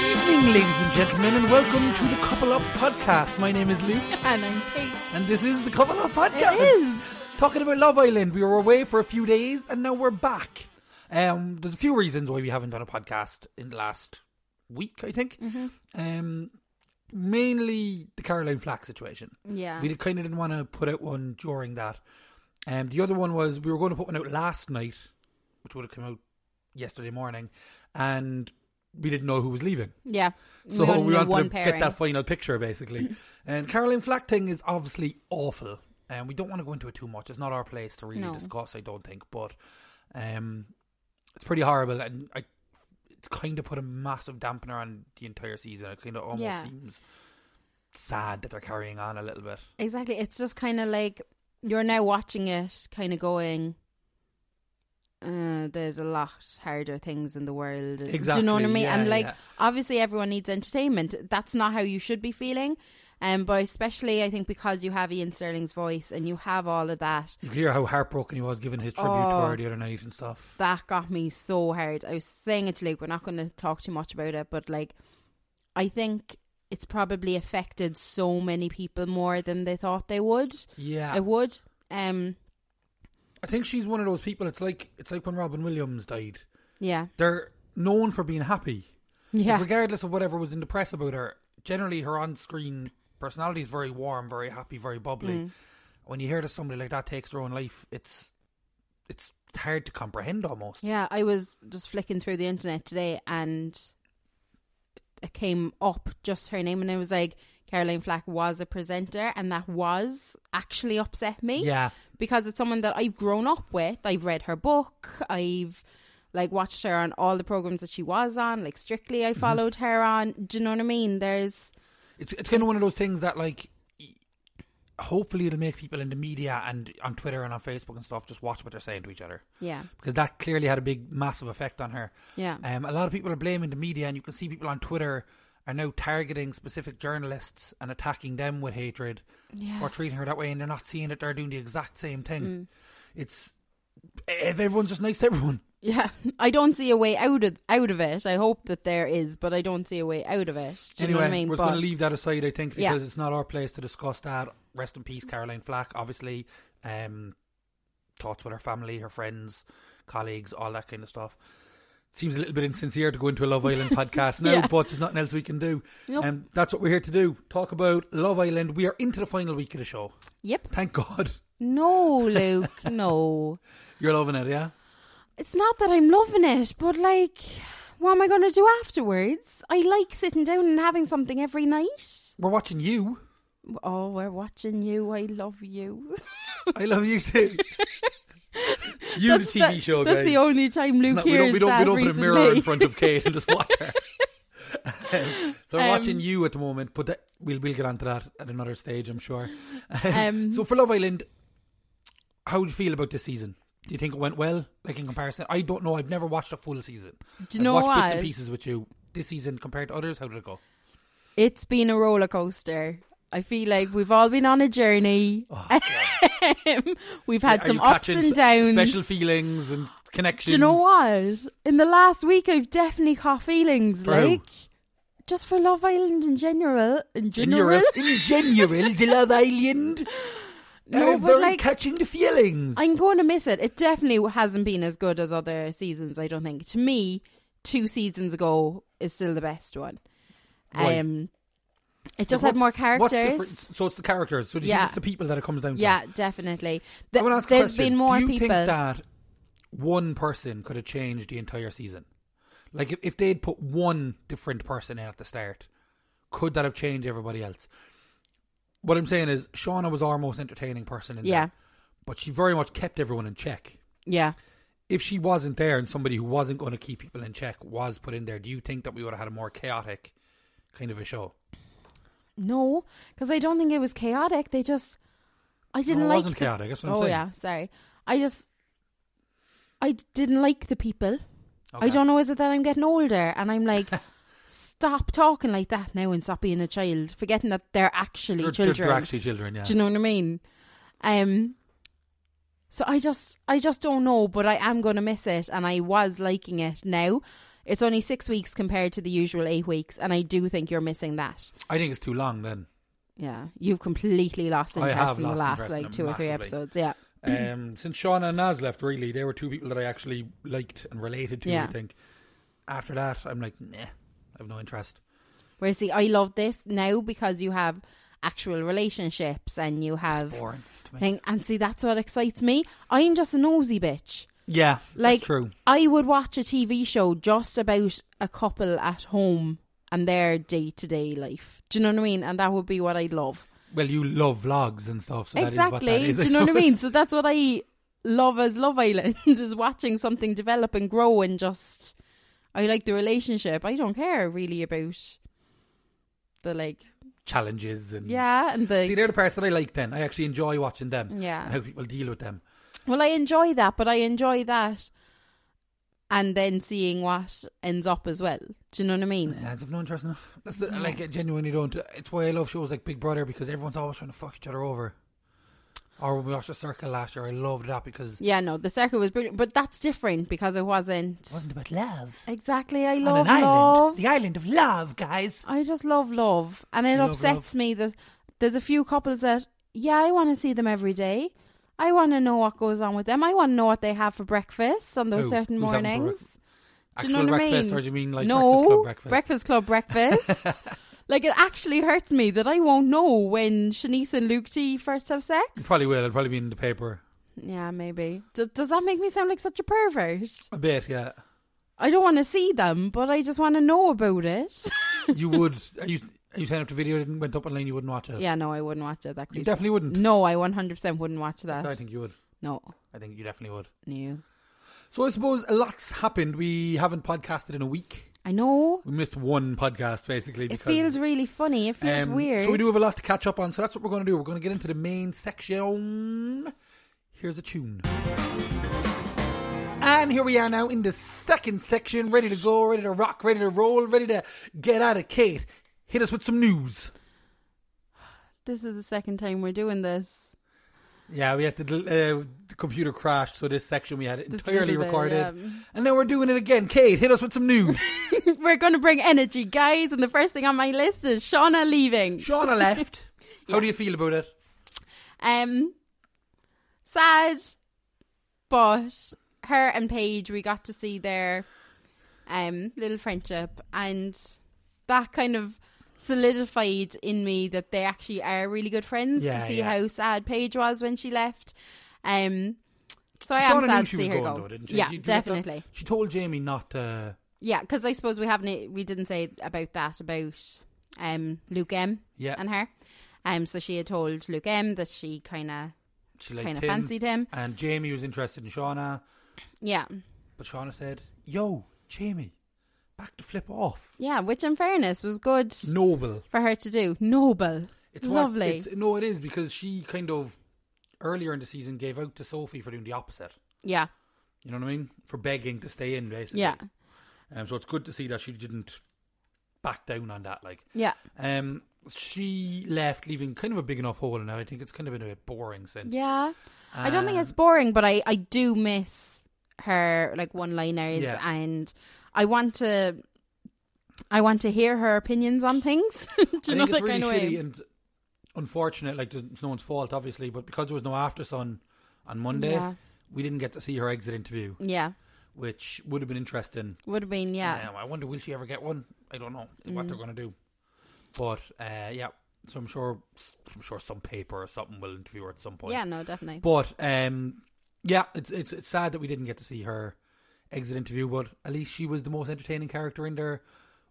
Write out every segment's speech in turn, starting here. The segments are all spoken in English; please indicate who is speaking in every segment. Speaker 1: ladies and gentlemen, and welcome to the Couple Up Podcast. My name is Luke,
Speaker 2: And I'm Kate.
Speaker 1: and this is the Couple Up Podcast.
Speaker 2: is.
Speaker 1: Talking about Love Island, we were away for a few days, and now we're back. Um, there's a few reasons why we haven't done a podcast in the last week, I think.
Speaker 2: Mm-hmm.
Speaker 1: Um, mainly the Caroline Flack situation.
Speaker 2: Yeah.
Speaker 1: We kind of didn't want to put out one during that. Um, the other one was we were going to put one out last night, which would have come out yesterday morning, and we didn't know who was leaving.
Speaker 2: yeah.
Speaker 1: So
Speaker 2: only
Speaker 1: we
Speaker 2: knew
Speaker 1: wanted
Speaker 2: one
Speaker 1: to get
Speaker 2: pairing.
Speaker 1: that final picture, basically. and Caroline Flack thing is obviously awful, and we don't want to go into it too much. It's not our place to really
Speaker 2: No.
Speaker 1: discuss, I don't think. But um, it's pretty horrible, and I, it's kind of put a massive dampener on the entire season. It kind of almost
Speaker 2: Yeah.
Speaker 1: seems sad that they're carrying on a little bit.
Speaker 2: Exactly. It's just kind of like you're now watching it, kind of going. Uh, there's a lot harder things in the world. Do you know what I
Speaker 1: Exactly,
Speaker 2: mean?
Speaker 1: yeah,
Speaker 2: and like,
Speaker 1: yeah.
Speaker 2: obviously, everyone needs entertainment. That's not how you should be feeling. Um, but especially, I think because you have Ian Sterling's voice and you have all of that,
Speaker 1: You could hear how heartbroken he was giving his tribute to
Speaker 2: Oh.
Speaker 1: her the other night and stuff.
Speaker 2: that got me so hard. I was saying it to Luke, we're not going to talk too much about it, but like, I think it's probably affected so many people more than they thought they would.
Speaker 1: Yeah,
Speaker 2: It would. Um,
Speaker 1: I think she's one of those people. It's like it's like when Robin Williams died.
Speaker 2: yeah,
Speaker 1: They're known for being happy.
Speaker 2: yeah,
Speaker 1: regardless of whatever was in the press about her, generally her on screen personality is very warm, very happy, very bubbly.
Speaker 2: Mm.
Speaker 1: When you hear that somebody like that takes their own life, it's it's hard to comprehend almost.
Speaker 2: yeah. I was just flicking through the internet today, and it came up just her name, and I was like, Caroline Flack was a presenter, and that was actually upset me.
Speaker 1: Yeah.
Speaker 2: because it's someone that I've grown up with. I've read her book. I've like watched her on all the programs that she was on. Like Strictly, I followed her on. Do you know what I mean? There's
Speaker 1: It's it's kind of one of those things that like y- hopefully it'll make people in the media and on Twitter and on Facebook and stuff just watch what they're saying to each other
Speaker 2: yeah,
Speaker 1: because that clearly had a big massive effect on her.
Speaker 2: yeah,
Speaker 1: Um, a lot of people are blaming the media, and you can see people on Twitter are now targeting specific journalists and attacking them with hatred for treating her that way, and they're not seeing that they're doing the exact same thing.
Speaker 2: Mm.
Speaker 1: It's if everyone's just nice to everyone.
Speaker 2: yeah. I don't see a way out of out of it. I hope that there is, but I don't see a way out of it. Do you
Speaker 1: anyway,
Speaker 2: know what I mean?
Speaker 1: we're
Speaker 2: But-
Speaker 1: going to leave that aside, I think,
Speaker 2: Yeah.
Speaker 1: because it's not our place to discuss that. Rest in peace, Caroline Flack. Obviously, um, thoughts with her family, her friends, colleagues, all that kind of stuff. Seems a little bit insincere to go into a Love Island podcast now,
Speaker 2: Yeah.
Speaker 1: but there's nothing else we can do.
Speaker 2: Nope.
Speaker 1: Um, that's what we're here to do. Talk about Love Island. We are into the final week of the show.
Speaker 2: Yep.
Speaker 1: Thank God.
Speaker 2: No, Luke. no.
Speaker 1: You're loving it, yeah?
Speaker 2: It's not that I'm loving it, but like, what am I going to do afterwards? I like sitting down and having something every night.
Speaker 1: We're watching you.
Speaker 2: Oh, we're watching you. I love you.
Speaker 1: I love you too. you, the
Speaker 2: That's
Speaker 1: TV
Speaker 2: the-
Speaker 1: show, guys.
Speaker 2: That's the only time Luke
Speaker 1: It's not- we
Speaker 2: hears
Speaker 1: don't, we don't,
Speaker 2: that
Speaker 1: we don't put a
Speaker 2: recently.
Speaker 1: mirror in front of Kate and just watch her. so we're
Speaker 2: Um,
Speaker 1: watching you at the moment, but that, we'll we'll get onto that at another stage, I'm sure.
Speaker 2: Um,
Speaker 1: so for Love Island, how do you feel about this season? Do you think it went well, like in comparison? I don't know. I've never watched a full season.
Speaker 2: Do
Speaker 1: I've
Speaker 2: you know
Speaker 1: watched bits
Speaker 2: what?
Speaker 1: and pieces with you this season compared to others. How did it go?
Speaker 2: It's been a roller coaster. I feel like we've all been on a journey. we've had
Speaker 1: Oh, Are
Speaker 2: some
Speaker 1: you
Speaker 2: ups
Speaker 1: catching
Speaker 2: and downs.
Speaker 1: special feelings and
Speaker 2: Do
Speaker 1: connections.
Speaker 2: you know what? In the last week, I've definitely caught feelings,
Speaker 1: For who?
Speaker 2: like just for Love Island in general. In
Speaker 1: In
Speaker 2: general,
Speaker 1: general, in general, the Love Island,
Speaker 2: No,
Speaker 1: uh,
Speaker 2: but
Speaker 1: they're
Speaker 2: like-
Speaker 1: catching the feelings.
Speaker 2: I'm going to miss it. It definitely hasn't been as good as other seasons. I don't think. To me, two seasons ago is still the best one.
Speaker 1: Why?
Speaker 2: Um, it just
Speaker 1: Like,
Speaker 2: had more
Speaker 1: what's-
Speaker 2: characters.
Speaker 1: what's different- so it's the characters. So do you
Speaker 2: Yeah.
Speaker 1: think it's the people that it comes down to?
Speaker 2: Yeah, definitely.
Speaker 1: I
Speaker 2: Th-
Speaker 1: want to ask a
Speaker 2: there's
Speaker 1: question.
Speaker 2: been more
Speaker 1: Do you
Speaker 2: people.
Speaker 1: think that one person could have changed the entire season? Like if, if they'd put one different person in at the start, could that have changed everybody else? What I'm saying is Shauna was our most entertaining person in
Speaker 2: Yeah.
Speaker 1: there, but she very much kept everyone in check.
Speaker 2: yeah,
Speaker 1: If she wasn't there and somebody who wasn't going to keep people in check was put in there, do you think that we would have had a more chaotic kind of a show?
Speaker 2: no, because I don't think it was chaotic. They just, I didn't
Speaker 1: it
Speaker 2: like.
Speaker 1: wasn't
Speaker 2: the-
Speaker 1: chaotic, that's what I'm
Speaker 2: oh
Speaker 1: saying.
Speaker 2: yeah, sorry. I just, I d- didn't like the people. I
Speaker 1: Okay.
Speaker 2: don't know. Is it that I'm getting older and I'm like, stop talking like that now and stop being a child, forgetting that they're actually
Speaker 1: They're- they're-
Speaker 2: children.
Speaker 1: They're, actually children, yeah.
Speaker 2: Do you know what I mean? Um. So I just, I just don't know, but I am going to miss it, and I was liking it now. It's only six weeks compared to the usual eight weeks, and I do think you're missing that.
Speaker 1: I think it's too long then.
Speaker 2: Yeah, you've completely lost
Speaker 1: I
Speaker 2: interest
Speaker 1: have
Speaker 2: in the
Speaker 1: lost
Speaker 2: last
Speaker 1: interest in
Speaker 2: like
Speaker 1: it
Speaker 2: two or three
Speaker 1: massively.
Speaker 2: episodes. Yeah,
Speaker 1: Um, since Shauna and Naz left, really, they were two people that I actually liked and related to.
Speaker 2: Yeah.
Speaker 1: I think after that, I'm like, nah, I have no interest.
Speaker 2: whereas the I love this now because you have actual relationships and you have
Speaker 1: Boring to me.
Speaker 2: thing, and see that's what excites me. I'm just a nosy bitch.
Speaker 1: Yeah,
Speaker 2: Like-
Speaker 1: that's true.
Speaker 2: I would watch a TV show just about a couple at home and their day to day life. Do you know what I mean? And that would be what I love.
Speaker 1: Well, you love vlogs and stuff, so that
Speaker 2: exactly.
Speaker 1: is what that is.
Speaker 2: Do you know what I mean?
Speaker 1: suppose.
Speaker 2: So that's what I love as Love Island is watching something develop and grow and just I like the relationship. I don't care really about the like
Speaker 1: Challenges and
Speaker 2: yeah Mm. and the
Speaker 1: See, they're the parts that I like. Then I actually enjoy watching them and
Speaker 2: yeah.
Speaker 1: how people deal with them.
Speaker 2: Well, I enjoy that, but I enjoy that and then seeing what ends up as well. Do you know what I mean?
Speaker 1: Yeah, as of no interest in it. That's the, like I genuinely don't. It's why I love shows like Big Brother because everyone's always trying to fuck each other over. Or when we watched The Circle last year, I loved that because
Speaker 2: Yeah, no, the circle was brilliant, but that's different because it wasn't
Speaker 1: it wasn't about love.
Speaker 2: exactly. I
Speaker 1: on
Speaker 2: love
Speaker 1: an island,
Speaker 2: love.
Speaker 1: the island of love, guys.
Speaker 2: I just love love, and it
Speaker 1: Love,
Speaker 2: upsets me that there's a few couples that yeah, I want to see them every day. I want to know what goes on with them. I want to know what they have for breakfast on those
Speaker 1: Who?
Speaker 2: certain
Speaker 1: Who's having for
Speaker 2: mornings. Do
Speaker 1: Actual
Speaker 2: you know what I
Speaker 1: breakfast,
Speaker 2: mean?
Speaker 1: or do you mean like
Speaker 2: no,
Speaker 1: breakfast club breakfast?
Speaker 2: breakfast club breakfast. like it actually hurts me that I won't know when Shanice and Luke T first have
Speaker 1: It
Speaker 2: sex.
Speaker 1: probably will. It'll probably be in the paper
Speaker 2: Yeah, maybe. Does, does that make me sound like such a pervert?
Speaker 1: a bit. Yeah,
Speaker 2: I don't want to see them, but I just want to know about it.
Speaker 1: you would. Are you? Are you saying if the video didn't went up online, you wouldn't watch it?
Speaker 2: yeah, no, I wouldn't watch it. That
Speaker 1: you
Speaker 2: creepy.
Speaker 1: definitely wouldn't.
Speaker 2: No, I 100% wouldn't watch that.
Speaker 1: I think you would.
Speaker 2: no,
Speaker 1: I think you definitely would.
Speaker 2: no.
Speaker 1: So I suppose a lot's happened. We haven't podcasted in a week.
Speaker 2: I know.
Speaker 1: We missed one podcast basically.
Speaker 2: It
Speaker 1: Because,
Speaker 2: feels really funny. It feels
Speaker 1: um,
Speaker 2: weird.
Speaker 1: So we do have a lot to catch up on. So that's what we're going to do. We're going to get into the main section. Here's a tune. And here we are now in the second section, ready to go, ready to rock, ready to roll, ready to get out of Kate. Hit us with some news.
Speaker 2: this is the second time we're doing this.
Speaker 1: Yeah, we had to. del- Uh, the computer crashed, so this section we had it
Speaker 2: This
Speaker 1: entirely
Speaker 2: little bit,
Speaker 1: recorded, and now we're doing it again. Kate, hit us with some news.
Speaker 2: yeah. we're going to bring energy, guys. And the first thing on my list is Shauna leaving.
Speaker 1: Shauna left. How do you feel about it?
Speaker 2: Um, sad, but her and Paige, we got to see their um little friendship, and that kind of solidified in me that they actually are really good friends.
Speaker 1: Yeah,
Speaker 2: to see
Speaker 1: yeah.
Speaker 2: how sad Paige was when she left, um. So I am
Speaker 1: Shauna
Speaker 2: sad
Speaker 1: knew
Speaker 2: to
Speaker 1: she
Speaker 2: see
Speaker 1: was
Speaker 2: her
Speaker 1: going
Speaker 2: go.
Speaker 1: though, didn't she?
Speaker 2: Yeah,
Speaker 1: You- you have to-
Speaker 2: definitely.
Speaker 1: She told Jamie not to.
Speaker 2: Yeah, because I suppose we haven't we didn't say about that about um Luke M
Speaker 1: Yeah,
Speaker 2: and her. Um, so she had told Luke M that she kind of
Speaker 1: she liked
Speaker 2: kind of
Speaker 1: him.
Speaker 2: fancied him.
Speaker 1: And Jamie was interested in Shauna,
Speaker 2: Yeah,
Speaker 1: but Shauna said, "Yo, Jamie, back to flip off."
Speaker 2: yeah. Which, in fairness, was good
Speaker 1: Noble.
Speaker 2: for her to do. Noble,
Speaker 1: It's what-
Speaker 2: lovely.
Speaker 1: it's, no, it is because she kind of earlier in the season gave out to Sophie for doing the opposite.
Speaker 2: yeah,
Speaker 1: You know what I mean? For begging to stay in, basically.
Speaker 2: yeah,
Speaker 1: Um, so it's good to see that she didn't back down on that. Like,
Speaker 2: yeah,
Speaker 1: um, she left, leaving kind of a big enough hole in that. I think it's kind of been a bit boring since.
Speaker 2: yeah. I don't think
Speaker 1: Um,
Speaker 2: it's boring, but I I do miss her like one liners,
Speaker 1: Yeah.
Speaker 2: and I want to. I want to hear her opinions on things. do you
Speaker 1: I
Speaker 2: know
Speaker 1: think it's
Speaker 2: that
Speaker 1: really
Speaker 2: kind of
Speaker 1: shitty
Speaker 2: way?
Speaker 1: and unfortunate. Like, it's no one's fault, obviously, but because there was no after sun on Monday,
Speaker 2: Yeah,
Speaker 1: we didn't get to see her exit interview,
Speaker 2: yeah.
Speaker 1: which would have been interesting.
Speaker 2: Would have been yeah. Mm.
Speaker 1: Um, I wonder will she ever get one? I don't know what they're going to do, but uh, yeah. So I'm sure, I'm sure some paper or something will interview her at some point.
Speaker 2: Yeah, no, definitely.
Speaker 1: But um, yeah, it's it's it's sad that we didn't get to see her exit interview, but at least she was the most entertaining character in there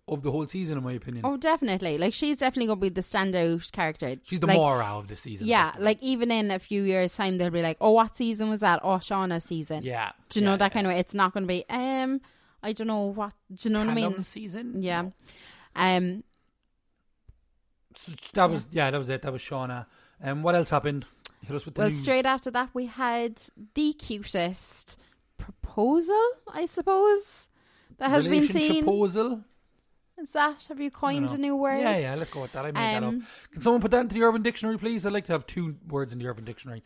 Speaker 1: of the whole season, in my opinion.
Speaker 2: Oh, definitely. Like she's definitely gonna be the standout character.
Speaker 1: She's the
Speaker 2: like,
Speaker 1: morale of the season.
Speaker 2: Yeah,
Speaker 1: effectively.
Speaker 2: like even in a few years' time, they'll be like, "Oh, what season was that? Oh, Shauna's season."
Speaker 1: yeah.
Speaker 2: Do you know that kind of way? It's not going to be. Um, I don't know what. Do you know what I mean?
Speaker 1: season?
Speaker 2: Yeah.
Speaker 1: No.
Speaker 2: Um,
Speaker 1: So that was yeah. That was it. That was Shauna. um, what else happened? Hit us with the
Speaker 2: well,
Speaker 1: news.
Speaker 2: straight after that, we had the cutest proposal, I suppose, that has been
Speaker 1: Relationship
Speaker 2: seen.
Speaker 1: proposal.
Speaker 2: Is that have you coined
Speaker 1: No, no.
Speaker 2: a new word?
Speaker 1: Yeah, yeah. Let's go with that. I made that
Speaker 2: Um,
Speaker 1: up. Can someone put that into the Urban Dictionary, please? I'd like to have two words in the Urban Dictionary.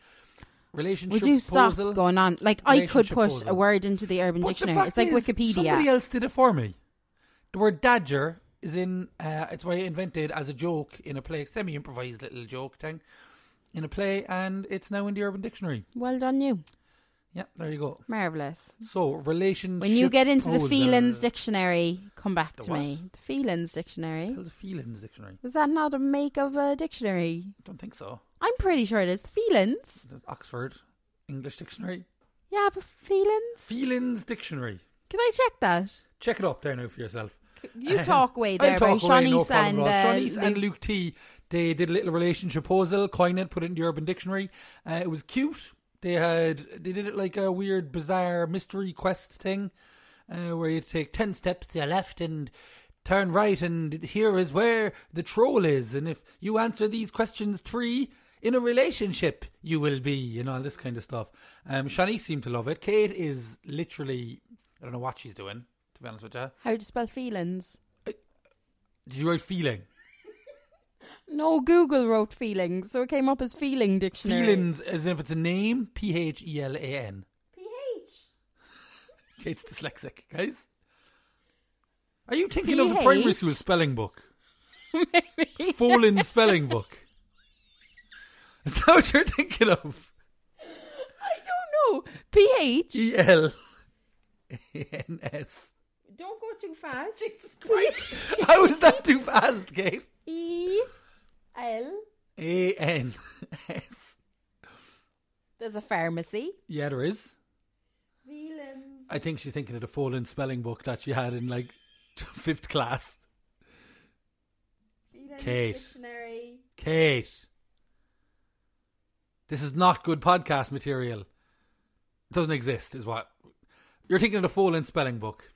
Speaker 1: Relationship
Speaker 2: Would you stop
Speaker 1: proposal.
Speaker 2: going on? Like I could
Speaker 1: Relationship
Speaker 2: put
Speaker 1: proposal.
Speaker 2: a word into the Urban
Speaker 1: But the
Speaker 2: Dictionary.
Speaker 1: fact
Speaker 2: It's like
Speaker 1: is,
Speaker 2: Wikipedia.
Speaker 1: Somebody else did it for me. The word dodger is in, uh, it's why invented as a joke in a play, semi improvised little joke thing in a play, and it's now in the Urban Dictionary.
Speaker 2: Well done, you.
Speaker 1: Yeah, there you go.
Speaker 2: Marvelous.
Speaker 1: So, relationship.
Speaker 2: When you get into the
Speaker 1: poser-
Speaker 2: feelings dictionary, come back
Speaker 1: Mm, The
Speaker 2: to
Speaker 1: what?
Speaker 2: me. The feelings dictionary.
Speaker 1: Hell's a feelings dictionary.
Speaker 2: Is that not a make of a dictionary?
Speaker 1: Don't think so.
Speaker 2: I'm pretty sure it is feelings.
Speaker 1: That's Oxford English Dictionary.
Speaker 2: Yeah, but feelings.
Speaker 1: Feelings Dictionary.
Speaker 2: Can I check that?
Speaker 1: Check it up there now for yourself.
Speaker 2: You
Speaker 1: Um,
Speaker 2: talk way
Speaker 1: I'll
Speaker 2: there about
Speaker 1: talk away, no
Speaker 2: Shawnee's
Speaker 1: problem
Speaker 2: and,
Speaker 1: at all.
Speaker 2: uh,
Speaker 1: Shawnee's and
Speaker 2: Luke.
Speaker 1: Luke T. They did a little relationship puzzle, coined it, put it in the Urban Dictionary. Uh, it was cute. They had they did it like a weird, bizarre mystery quest thing, uh, where you take ten steps to your left and turn right, and here is where the troll is. And if you answer these questions three. In a relationship, you will be, and all this kind of stuff. Um, Shanice seemed to love it. Kate is literally, I don't know what she's doing, to be honest with you.
Speaker 2: How do you spell feelings?
Speaker 1: Did you write feeling?
Speaker 2: No, Google wrote feelings, so it came up as feeling dictionary.
Speaker 1: Feelings as if it's a name. P H E L A N.
Speaker 2: PH.
Speaker 1: Kate's dyslexic, guys. Are you thinking of the primary
Speaker 2: PH?
Speaker 1: school spelling book? Maybe. Fallen spelling book. Is that what you're thinking of?
Speaker 2: I don't know. PH.
Speaker 1: E L A N S.
Speaker 2: Don't go too fast.
Speaker 1: How is that too fast, Kate?
Speaker 2: E L.
Speaker 1: A N S.
Speaker 2: There's a pharmacy.
Speaker 1: Yeah, there is.
Speaker 2: Feelings.
Speaker 1: I think she's thinking of the Fallen spelling book that she had in like fifth class.
Speaker 2: Feelings
Speaker 1: Kate.
Speaker 2: dictionary.
Speaker 1: Kate. This is not good podcast material. It doesn't exist, is what. You're thinking of the Fallen Spelling Book.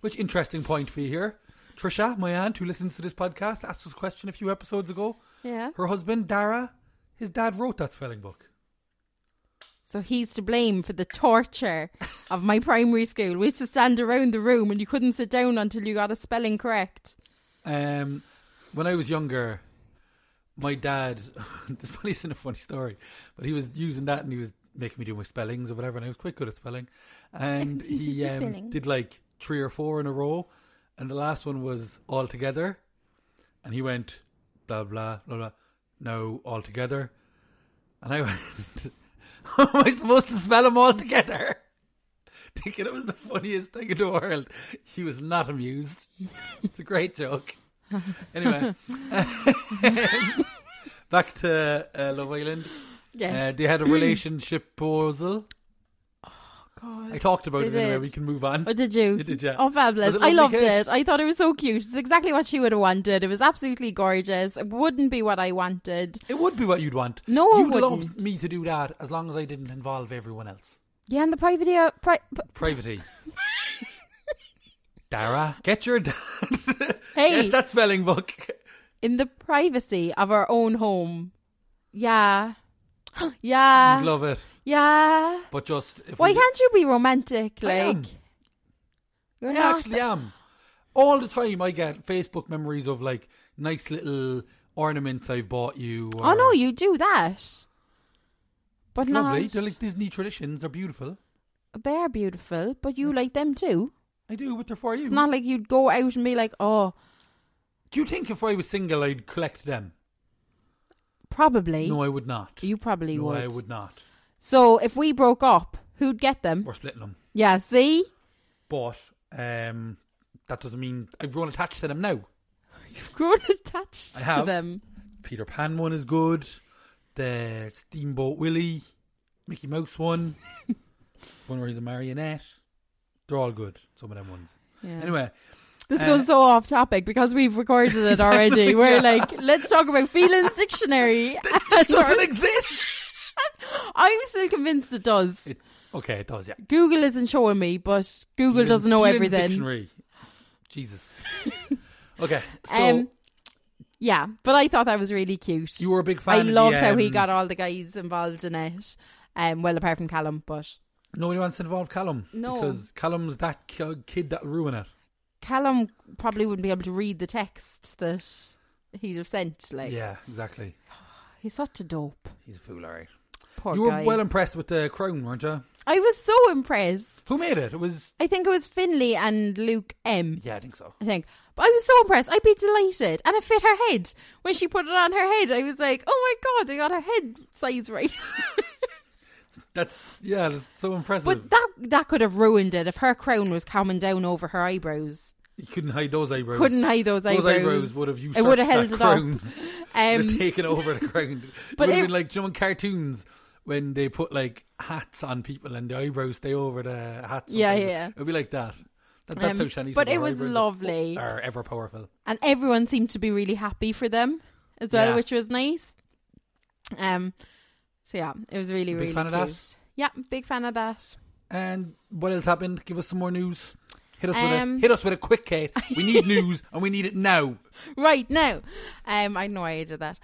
Speaker 1: Which interesting point for you here. Trisha, my aunt who listens to this podcast, asked us a question a few episodes ago.
Speaker 2: Yeah.
Speaker 1: Her husband, Dara, his dad wrote that spelling book.
Speaker 2: So he's to blame for the torture of my primary school. We used to stand around the room and you couldn't sit down until you got a spelling correct.
Speaker 1: Um, when I was younger, my dad, this funny isn't a funny story, but he was using that and he was making me do my spellings or whatever, and I was quite good at spelling. And he um,
Speaker 2: Spelling.
Speaker 1: did like three or four in a row, and the last one was all together, and he went blah blah blah blah, no all together, and I went, how am I supposed to spell them all together? Thinking it was the funniest thing in the world. He was not amused. It's a great joke. Anyway, back to uh, Love Island.
Speaker 2: Yeah.
Speaker 1: Uh, they had a relationship proposal.
Speaker 2: God.
Speaker 1: I talked about
Speaker 2: They
Speaker 1: it anyway.
Speaker 2: did.
Speaker 1: We can move on.
Speaker 2: Oh, did you?
Speaker 1: You did, yeah.
Speaker 2: Oh, fabulous.
Speaker 1: Was it
Speaker 2: I
Speaker 1: lovely,
Speaker 2: loved
Speaker 1: Kate?
Speaker 2: it. I thought it was so cute. It's exactly what she would have wanted. It was absolutely gorgeous. It wouldn't be what I wanted.
Speaker 1: It would be what you'd want.
Speaker 2: No, it
Speaker 1: you'd
Speaker 2: wouldn't.
Speaker 1: love me to do that as long as I didn't involve everyone else.
Speaker 2: Yeah, and the private video. Pri- p-
Speaker 1: Privately. Dara, get your dad.
Speaker 2: hey,
Speaker 1: Get that spelling book.
Speaker 2: in the privacy of our own home. Yeah. yeah.
Speaker 1: You'd love it,
Speaker 2: yeah.
Speaker 1: but just if
Speaker 2: Uh, Why
Speaker 1: we-
Speaker 2: can't you be romantic? Like,
Speaker 1: am.
Speaker 2: you're
Speaker 1: I
Speaker 2: not.
Speaker 1: actually am. All the time I get Facebook memories of like nice little ornaments I've bought you. Or,
Speaker 2: oh, no, you do that. But
Speaker 1: It's lovely.
Speaker 2: not.
Speaker 1: They're like Disney traditions. They're beautiful.
Speaker 2: They're beautiful, but you like them too.
Speaker 1: I do, but they're for you.
Speaker 2: It's not like you'd go out and be like, oh,
Speaker 1: do you think if I was single I'd collect them?
Speaker 2: probably.
Speaker 1: No, I would not.
Speaker 2: You probably
Speaker 1: no,
Speaker 2: would.
Speaker 1: I would not.
Speaker 2: So if we broke up, who'd get them?
Speaker 1: We're splitting them.
Speaker 2: Yeah, see?
Speaker 1: But um, that doesn't mean I've grown attached to them now.
Speaker 2: You've grown attached
Speaker 1: I
Speaker 2: to
Speaker 1: have.
Speaker 2: them.
Speaker 1: Peter Pan one is good. The Steamboat Willie, Mickey Mouse one, one where he's a marionette. They're all good. Some of them ones.
Speaker 2: Yeah.
Speaker 1: Anyway,
Speaker 2: This
Speaker 1: uh,
Speaker 2: goes so off topic because we've recorded it already. We're
Speaker 1: yeah.
Speaker 2: like, let's talk about Phelan's dictionary.
Speaker 1: it doesn't exist.
Speaker 2: I'm still convinced it does.
Speaker 1: It- okay, it does. Yeah,
Speaker 2: Google isn't showing me, but Google
Speaker 1: Even
Speaker 2: doesn't know
Speaker 1: Steelan's
Speaker 2: everything.
Speaker 1: Dictionary. Jesus. okay, so
Speaker 2: Um, yeah, but I thought that was really cute.
Speaker 1: you were a big fan.
Speaker 2: I
Speaker 1: of the,
Speaker 2: loved how he
Speaker 1: um,
Speaker 2: got all the guys involved in it. Um, well, apart from Callum, but
Speaker 1: Nobody wants to involve Callum.
Speaker 2: No.
Speaker 1: because Callum's that ki- kid that'll ruin it.
Speaker 2: Callum probably wouldn't be able to read the text that he'd have sent. Like,
Speaker 1: yeah, exactly.
Speaker 2: he's such a dope.
Speaker 1: He's a fool, alright.
Speaker 2: Poor
Speaker 1: You were
Speaker 2: guy.
Speaker 1: well impressed with the crown, weren't you?
Speaker 2: I was so impressed.
Speaker 1: Who made it? It was
Speaker 2: I think it was Finley and Luke M.
Speaker 1: yeah, I think so.
Speaker 2: I think. But I was so impressed. I'd be delighted. And it fit her head. When she put it on her head, I was like, oh my God, they got her head size right.
Speaker 1: That's yeah, that's so impressive.
Speaker 2: but that that could have ruined it if her crown was coming down over her eyebrows.
Speaker 1: you couldn't hide those eyebrows.
Speaker 2: Couldn't hide those eyebrows.
Speaker 1: eyebrows would have
Speaker 2: I
Speaker 1: usurped
Speaker 2: would have held
Speaker 1: that
Speaker 2: it up.
Speaker 1: crown.
Speaker 2: Um,
Speaker 1: They're taking over the crown. it
Speaker 2: But
Speaker 1: would
Speaker 2: it-
Speaker 1: have been like you know, in cartoons when they put like hats on people and the eyebrows stay over the hats.
Speaker 2: Yeah,
Speaker 1: sometimes.
Speaker 2: yeah.
Speaker 1: It'd be like that. that that's
Speaker 2: Um,
Speaker 1: how Shanice.
Speaker 2: but it was lovely.
Speaker 1: Are ever powerful.
Speaker 2: and everyone seemed to be really happy for them as well,
Speaker 1: Yeah.
Speaker 2: which was nice. Um, so yeah, it was really
Speaker 1: Big
Speaker 2: really
Speaker 1: fan of
Speaker 2: cute.
Speaker 1: that?
Speaker 2: Yeah, big fan of that.
Speaker 1: And what else happened? Give us some more news. Hit us
Speaker 2: Um,
Speaker 1: with it. Hit us with it quick, Kate. We need news and we need it now.
Speaker 2: Right now, um, I know I did that.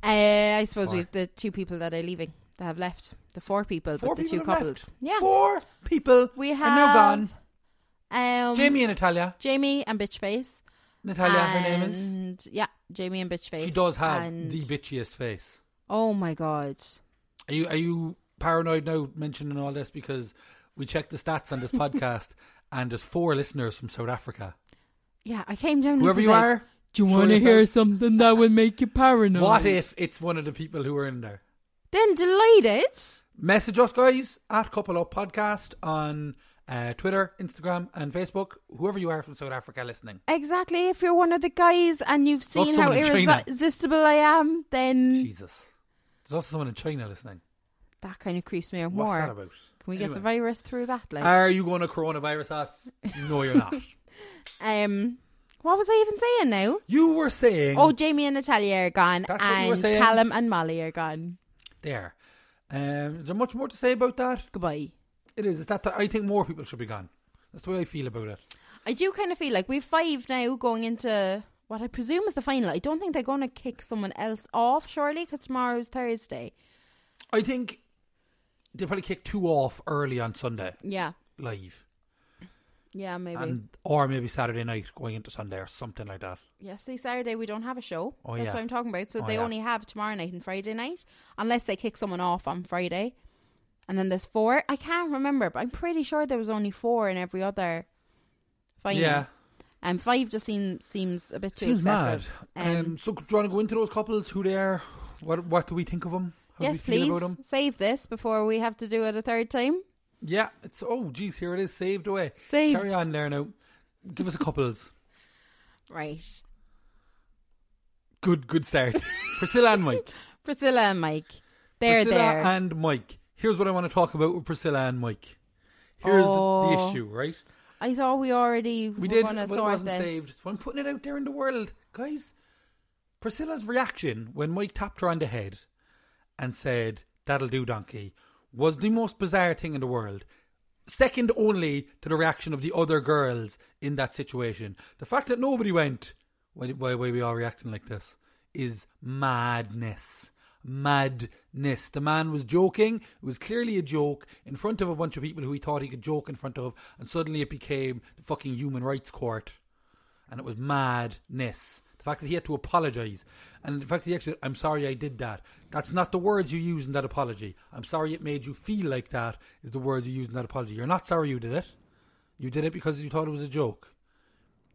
Speaker 2: Uh, I suppose
Speaker 1: Four.
Speaker 2: we've the two people that are leaving that have left. The four people,
Speaker 1: Four
Speaker 2: but the
Speaker 1: people
Speaker 2: two
Speaker 1: have
Speaker 2: couples.
Speaker 1: left.
Speaker 2: Yeah,
Speaker 1: Four people
Speaker 2: we
Speaker 1: are now
Speaker 2: have
Speaker 1: gone.
Speaker 2: Um,
Speaker 1: Jamie and Natalia.
Speaker 2: Jamie and Bitchface.
Speaker 1: Natalia, her name is.
Speaker 2: and yeah, Jamie and Bitchface.
Speaker 1: She does have
Speaker 2: and-
Speaker 1: the bitchiest face.
Speaker 2: Oh my god!
Speaker 1: Are you are you paranoid now mentioning all this because we checked the stats on this podcast and there's four listeners from South Africa.
Speaker 2: Yeah, I came down. and
Speaker 1: Whoever
Speaker 2: was
Speaker 1: you
Speaker 2: like,
Speaker 1: are,
Speaker 3: Do you
Speaker 1: Show
Speaker 3: want to hear
Speaker 1: yourself.
Speaker 3: something that would make you paranoid?
Speaker 1: what if it's one of the people who are in there?
Speaker 2: then delighted.
Speaker 1: Message us guys at Couple Up Podcast on uh, Twitter, Instagram, and Facebook. Whoever you are from South Africa listening,
Speaker 2: Exactly. If you're one of the guys and you've
Speaker 1: Not
Speaker 2: seen how
Speaker 1: someone in China.
Speaker 2: irresistible I am, then
Speaker 1: Jesus. There's also someone in China listening.
Speaker 2: that kind of creeps me out
Speaker 1: What's
Speaker 2: more.
Speaker 1: that about?
Speaker 2: Can we get the
Speaker 1: Anyway. Uh,
Speaker 2: virus through that? Like,
Speaker 1: Are you going to coronavirus us? No, you're not.
Speaker 2: um, what was I even saying now?
Speaker 1: you were saying
Speaker 2: Oh, Jamie and Natalia are gone,
Speaker 1: That's what you were
Speaker 2: and
Speaker 1: saying.
Speaker 2: Callum and Molly are gone.
Speaker 1: there. Um, is there much more to say about that?
Speaker 2: Goodbye.
Speaker 1: It is. It's that I think more people should be gone. That's the way I feel about it.
Speaker 2: I do kind of feel like we've five now going into what I presume is the final. I don't think they're going to kick someone else off, surely, because tomorrow's Thursday.
Speaker 1: I think they probably kick two off early on Sunday
Speaker 2: Yeah,
Speaker 1: live,
Speaker 2: yeah, maybe.
Speaker 1: and or maybe Saturday night going into Sunday or something like that.
Speaker 2: Yeah, see, Saturday we don't have a show.
Speaker 1: Oh,
Speaker 2: That's
Speaker 1: yeah.
Speaker 2: what I'm talking about. So
Speaker 1: Oh,
Speaker 2: they
Speaker 1: yeah.
Speaker 2: only have tomorrow night and Friday night, unless they kick someone off on Friday. And then there's four. I can't remember, but I'm pretty sure there was only four in every other final.
Speaker 1: Yeah,
Speaker 2: And five just seem, seems a bit too
Speaker 1: seems mad.
Speaker 2: excessive.
Speaker 1: Um, so do you want to go into those couples? Who they are? What What do we think of them? How do we
Speaker 2: yes,
Speaker 1: feel
Speaker 2: please
Speaker 1: about them?
Speaker 2: save this before we have to do it a third time.
Speaker 1: Yeah, it's oh geez, here it is, saved away.
Speaker 2: Saved.
Speaker 1: Carry on there now. Give us a couples.
Speaker 2: Right.
Speaker 1: good, good start. Priscilla and Mike.
Speaker 2: Priscilla and Mike. They're
Speaker 1: Priscilla
Speaker 2: there.
Speaker 1: and Mike. Here's what I want to talk about with Priscilla and Mike. Here's the, the
Speaker 2: Oh.
Speaker 1: issue, right?
Speaker 2: I thought we already
Speaker 1: We
Speaker 2: were
Speaker 1: did,
Speaker 2: gonna
Speaker 1: but it
Speaker 2: sort
Speaker 1: wasn't
Speaker 2: this.
Speaker 1: saved. So I'm putting it out there in the world, guys. Priscilla's reaction when Mike tapped her on the head and said, "That'll do, donkey," was the most bizarre thing in the world. Second only to the reaction of the other girls in that situation. The fact that nobody went, "Why, why, why we all reacting like this?" is madness. Madness. The man was joking. It was clearly a joke in front of a bunch of people who he thought he could joke in front of, and suddenly it became the fucking human rights court and it was madness. The fact that he had to apologise, and the fact that he actually, I'm sorry I did that. That's not the words you use in that apology. I'm sorry it made you feel like that is the words you use in that apology. You're not sorry you did it. You did it because you thought it was a joke.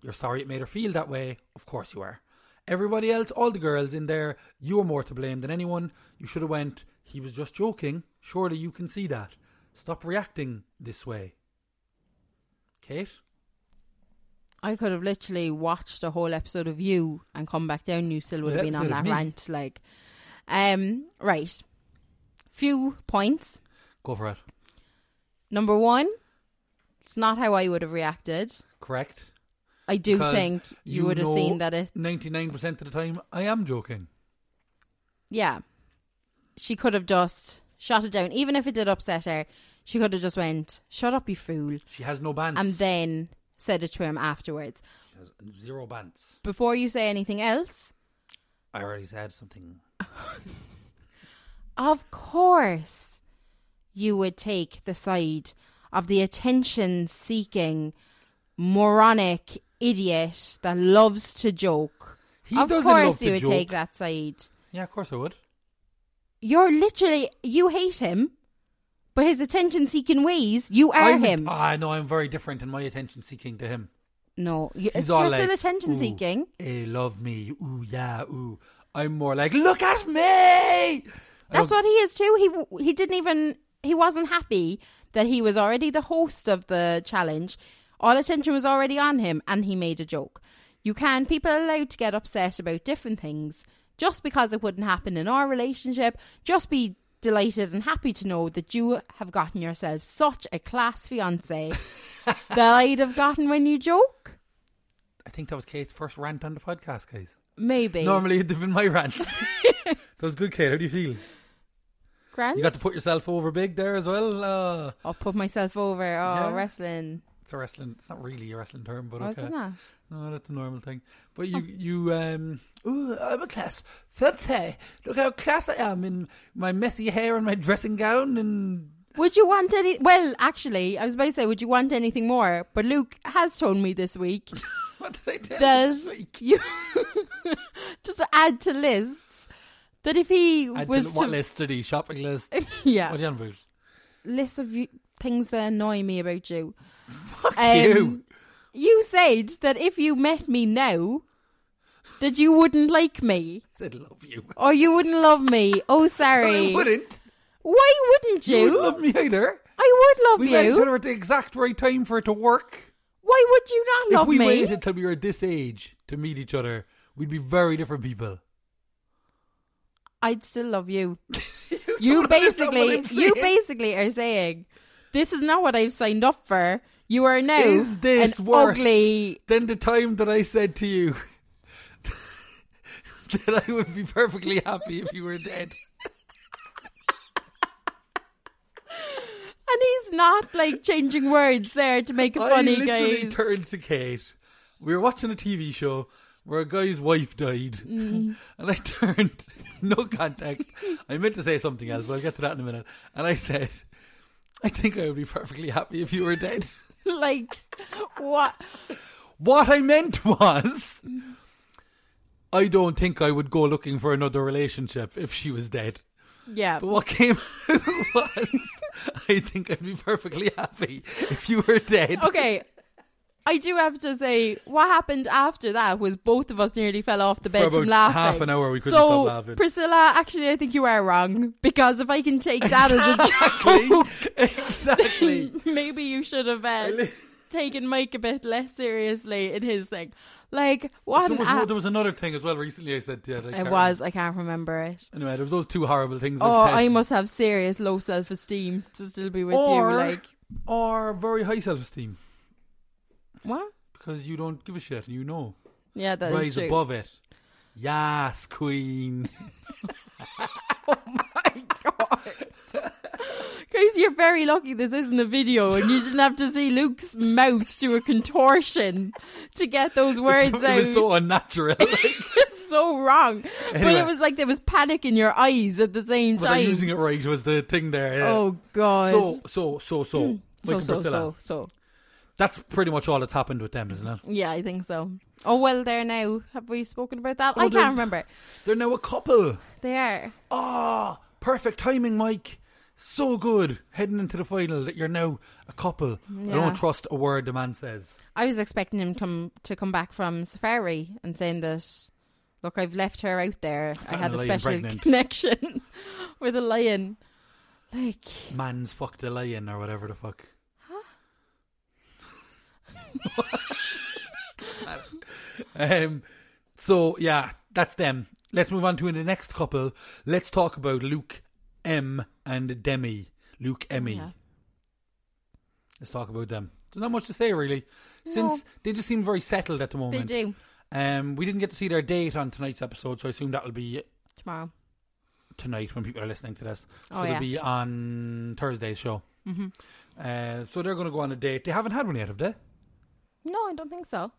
Speaker 1: You're sorry it made her feel that way. Of course you are. Everybody else, all the girls in there, you are more to blame than anyone. You should have went. He was just joking. Surely you can see that. Stop reacting this way. Kate,
Speaker 2: I could have literally watched a whole episode of you and come back down. You still would have
Speaker 1: Well,
Speaker 2: been on
Speaker 1: episode of
Speaker 2: that
Speaker 1: me.
Speaker 2: rant, like, um, right. Few points.
Speaker 1: go for it.
Speaker 2: Number one, it's not how I would have reacted.
Speaker 1: Correct.
Speaker 2: I do
Speaker 1: Because
Speaker 2: think you,
Speaker 1: you
Speaker 2: would have
Speaker 1: know-
Speaker 2: seen that it.
Speaker 1: Ninety nine percent of the time, I am joking.
Speaker 2: Yeah, she could have just shut it down, even if it did upset her. She could have just went, "Shut up, you fool,"
Speaker 1: She has no bants.
Speaker 2: and then said it to him afterwards.
Speaker 1: she has zero bants.
Speaker 2: Before you say anything else,
Speaker 1: I already said something.
Speaker 2: Of course, you would take the side of the attention seeking, moronic idiot that loves to joke.
Speaker 1: He
Speaker 2: of
Speaker 1: doesn't
Speaker 2: course,
Speaker 1: love
Speaker 2: you
Speaker 1: to
Speaker 2: would
Speaker 1: joke.
Speaker 2: take that side.
Speaker 1: Yeah, of course I would.
Speaker 2: You're literally, you hate him But his attention seeking ways, you are
Speaker 1: I'm,
Speaker 2: him.
Speaker 1: I know I'm very different in my attention seeking to him.
Speaker 2: no, you- you're
Speaker 1: He's all
Speaker 2: still
Speaker 1: like,
Speaker 2: attention
Speaker 1: "Ooh,
Speaker 2: seeking.
Speaker 1: eh, love me. Ooh, yeah, ooh. I'm more like, look at me. Oh, I
Speaker 2: That's
Speaker 1: don't-
Speaker 2: what he is too. He w- he didn't even he wasn't happy that he was already the host of the challenge. All attention was already on him, and he made a joke. You can people are allowed to get upset about different things just because it wouldn't happen in our relationship. Just be delighted and happy to know that you have gotten yourself such a class fiance that I'd have gotten when you joke.
Speaker 1: I think that was Kate's first rant on the podcast, guys.
Speaker 2: Maybe
Speaker 1: Normally it'd have been my rant. that was good, Kate. How do you feel?
Speaker 2: Grant.
Speaker 1: You got to put yourself over big there as well. Uh,
Speaker 2: I'll put myself over. Oh,
Speaker 1: Yeah.
Speaker 2: wrestling.
Speaker 1: it's a wrestling. It's not really a wrestling term, but
Speaker 2: Wasn't
Speaker 1: okay.
Speaker 2: that?
Speaker 1: No, that's a normal thing. But
Speaker 2: Oh.
Speaker 1: you, you, um, ooh, I'm a class thirty. Look how class I am in my messy hair and my dressing gown, and
Speaker 2: Would you want any? Well, actually, I was about to say, would you want anything more? But Luke has told me this week
Speaker 1: what did I tell
Speaker 2: There's-
Speaker 1: you? this week?
Speaker 2: you just to add to lists that if he
Speaker 1: And
Speaker 2: was
Speaker 1: to,
Speaker 2: to
Speaker 1: what list did he? Shopping list.
Speaker 2: yeah
Speaker 1: What are you on about?
Speaker 2: lists of you, things that annoy me about you.
Speaker 1: Fuck you.
Speaker 2: Um, you said that if you met me now, that you wouldn't like me
Speaker 1: Said love you.
Speaker 2: or you wouldn't love me. Oh, sorry.
Speaker 1: I wouldn't.
Speaker 2: Why wouldn't you?
Speaker 1: You wouldn't love me either.
Speaker 2: I would love
Speaker 1: We met each
Speaker 2: you.
Speaker 1: other at the exact right time for it to work.
Speaker 2: Why would you not love
Speaker 1: if we
Speaker 2: me?
Speaker 1: waited till we were this age to meet each other, we'd be very different people.
Speaker 2: I'd still love you.
Speaker 1: You
Speaker 2: you
Speaker 1: don't understand what
Speaker 2: basically
Speaker 1: I'm
Speaker 2: you
Speaker 1: saying.
Speaker 2: basically are saying this is not what I've signed up for. You are now
Speaker 1: Is this
Speaker 2: an
Speaker 1: worse
Speaker 2: ugly
Speaker 1: than the time that I said to you that I would be perfectly happy if you were dead?
Speaker 2: and he's not like changing words there to make it funny
Speaker 1: I literally
Speaker 2: guys.
Speaker 1: turned to Kate. We were watching a TV show where a guy's wife died,
Speaker 2: Mm.
Speaker 1: and I turned, no context. I meant to say something else, but I'll get to that in a minute. And I said, "I think I would be perfectly happy if you were dead."
Speaker 2: like what
Speaker 1: What I meant was,
Speaker 2: Mm.
Speaker 1: I don't think I would go looking for another relationship if she was dead.
Speaker 2: yeah.
Speaker 1: But what came out was, I think I'd be perfectly happy if you were dead.
Speaker 2: Okay. I do have to say what happened after that was both of us nearly fell off the bed
Speaker 1: For about
Speaker 2: from laughing.
Speaker 1: half an hour we couldn't
Speaker 2: so,
Speaker 1: stop laughing.
Speaker 2: Priscilla, actually I think you are wrong because if I can take that as a joke
Speaker 1: exactly.
Speaker 2: maybe you should have uh, taken Mike a bit less seriously in his thing. Like what?
Speaker 1: There
Speaker 2: An
Speaker 1: was,
Speaker 2: a-
Speaker 1: there was another thing as well recently I said, yeah. that I
Speaker 2: it
Speaker 1: can't
Speaker 2: was. I can't remember it.
Speaker 1: remember. Anyway, there was those two horrible things
Speaker 2: Oh,
Speaker 1: I said.
Speaker 2: I must have serious low self esteem to still be with
Speaker 1: or,
Speaker 2: you. Like
Speaker 1: or very high self esteem
Speaker 2: what?
Speaker 1: because you don't give a shit and you know.
Speaker 2: Yeah, that is
Speaker 1: Rise
Speaker 2: true.
Speaker 1: above it. Yes, Queen.
Speaker 2: Grace, you're very lucky this isn't a video and you didn't have to see Luke's mouth do a contortion to get those words
Speaker 1: it
Speaker 2: out.
Speaker 1: was so unnatural. Like,
Speaker 2: It's so wrong. But
Speaker 1: Anyway.
Speaker 2: it was like there was panic in your eyes at the same
Speaker 1: was
Speaker 2: time.
Speaker 1: I using it right? Was the thing there? yeah.
Speaker 2: Oh god.
Speaker 1: so so so so.
Speaker 2: so
Speaker 1: Mike and
Speaker 2: so
Speaker 1: Priscilla.
Speaker 2: so so.
Speaker 1: That's pretty much all that's happened with them, isn't it?
Speaker 2: Yeah, I think so. Oh well, there now. Have we spoken about that?
Speaker 1: Oh,
Speaker 2: I
Speaker 1: they're-
Speaker 2: can't remember.
Speaker 1: They're now a couple.
Speaker 2: They are.
Speaker 1: Ah, perfect timing, Mike. So good heading into the final that you're now a couple. I
Speaker 2: Yeah.
Speaker 1: don't trust a word the man says.
Speaker 2: I was expecting him to come to come back from safari and saying that. Look, I've left her out there. I
Speaker 1: gotten
Speaker 2: had
Speaker 1: a
Speaker 2: a
Speaker 1: lion
Speaker 2: special
Speaker 1: pregnant."
Speaker 2: connection with a lion. Like,
Speaker 1: Man's fucked a lion or whatever the fuck. um, so yeah, that's them. Let's move on to the next couple. Let's talk about Luke M and Demi. Luke Emmy.
Speaker 2: Oh, Yeah.
Speaker 1: Let's talk about them. There's not much to say really, since they just seem very settled at the
Speaker 2: they
Speaker 1: moment.
Speaker 2: do
Speaker 1: Um, we didn't get to see their date on tonight's episode, so I assume that'll be
Speaker 2: tomorrow.
Speaker 1: tonight when people are listening to this. So
Speaker 2: Oh,
Speaker 1: they'll
Speaker 2: yeah.
Speaker 1: be on Thursday's show.
Speaker 2: hmm
Speaker 1: Uh, so they're going to go on a date. They haven't had one yet, have they?
Speaker 2: No, I don't think so.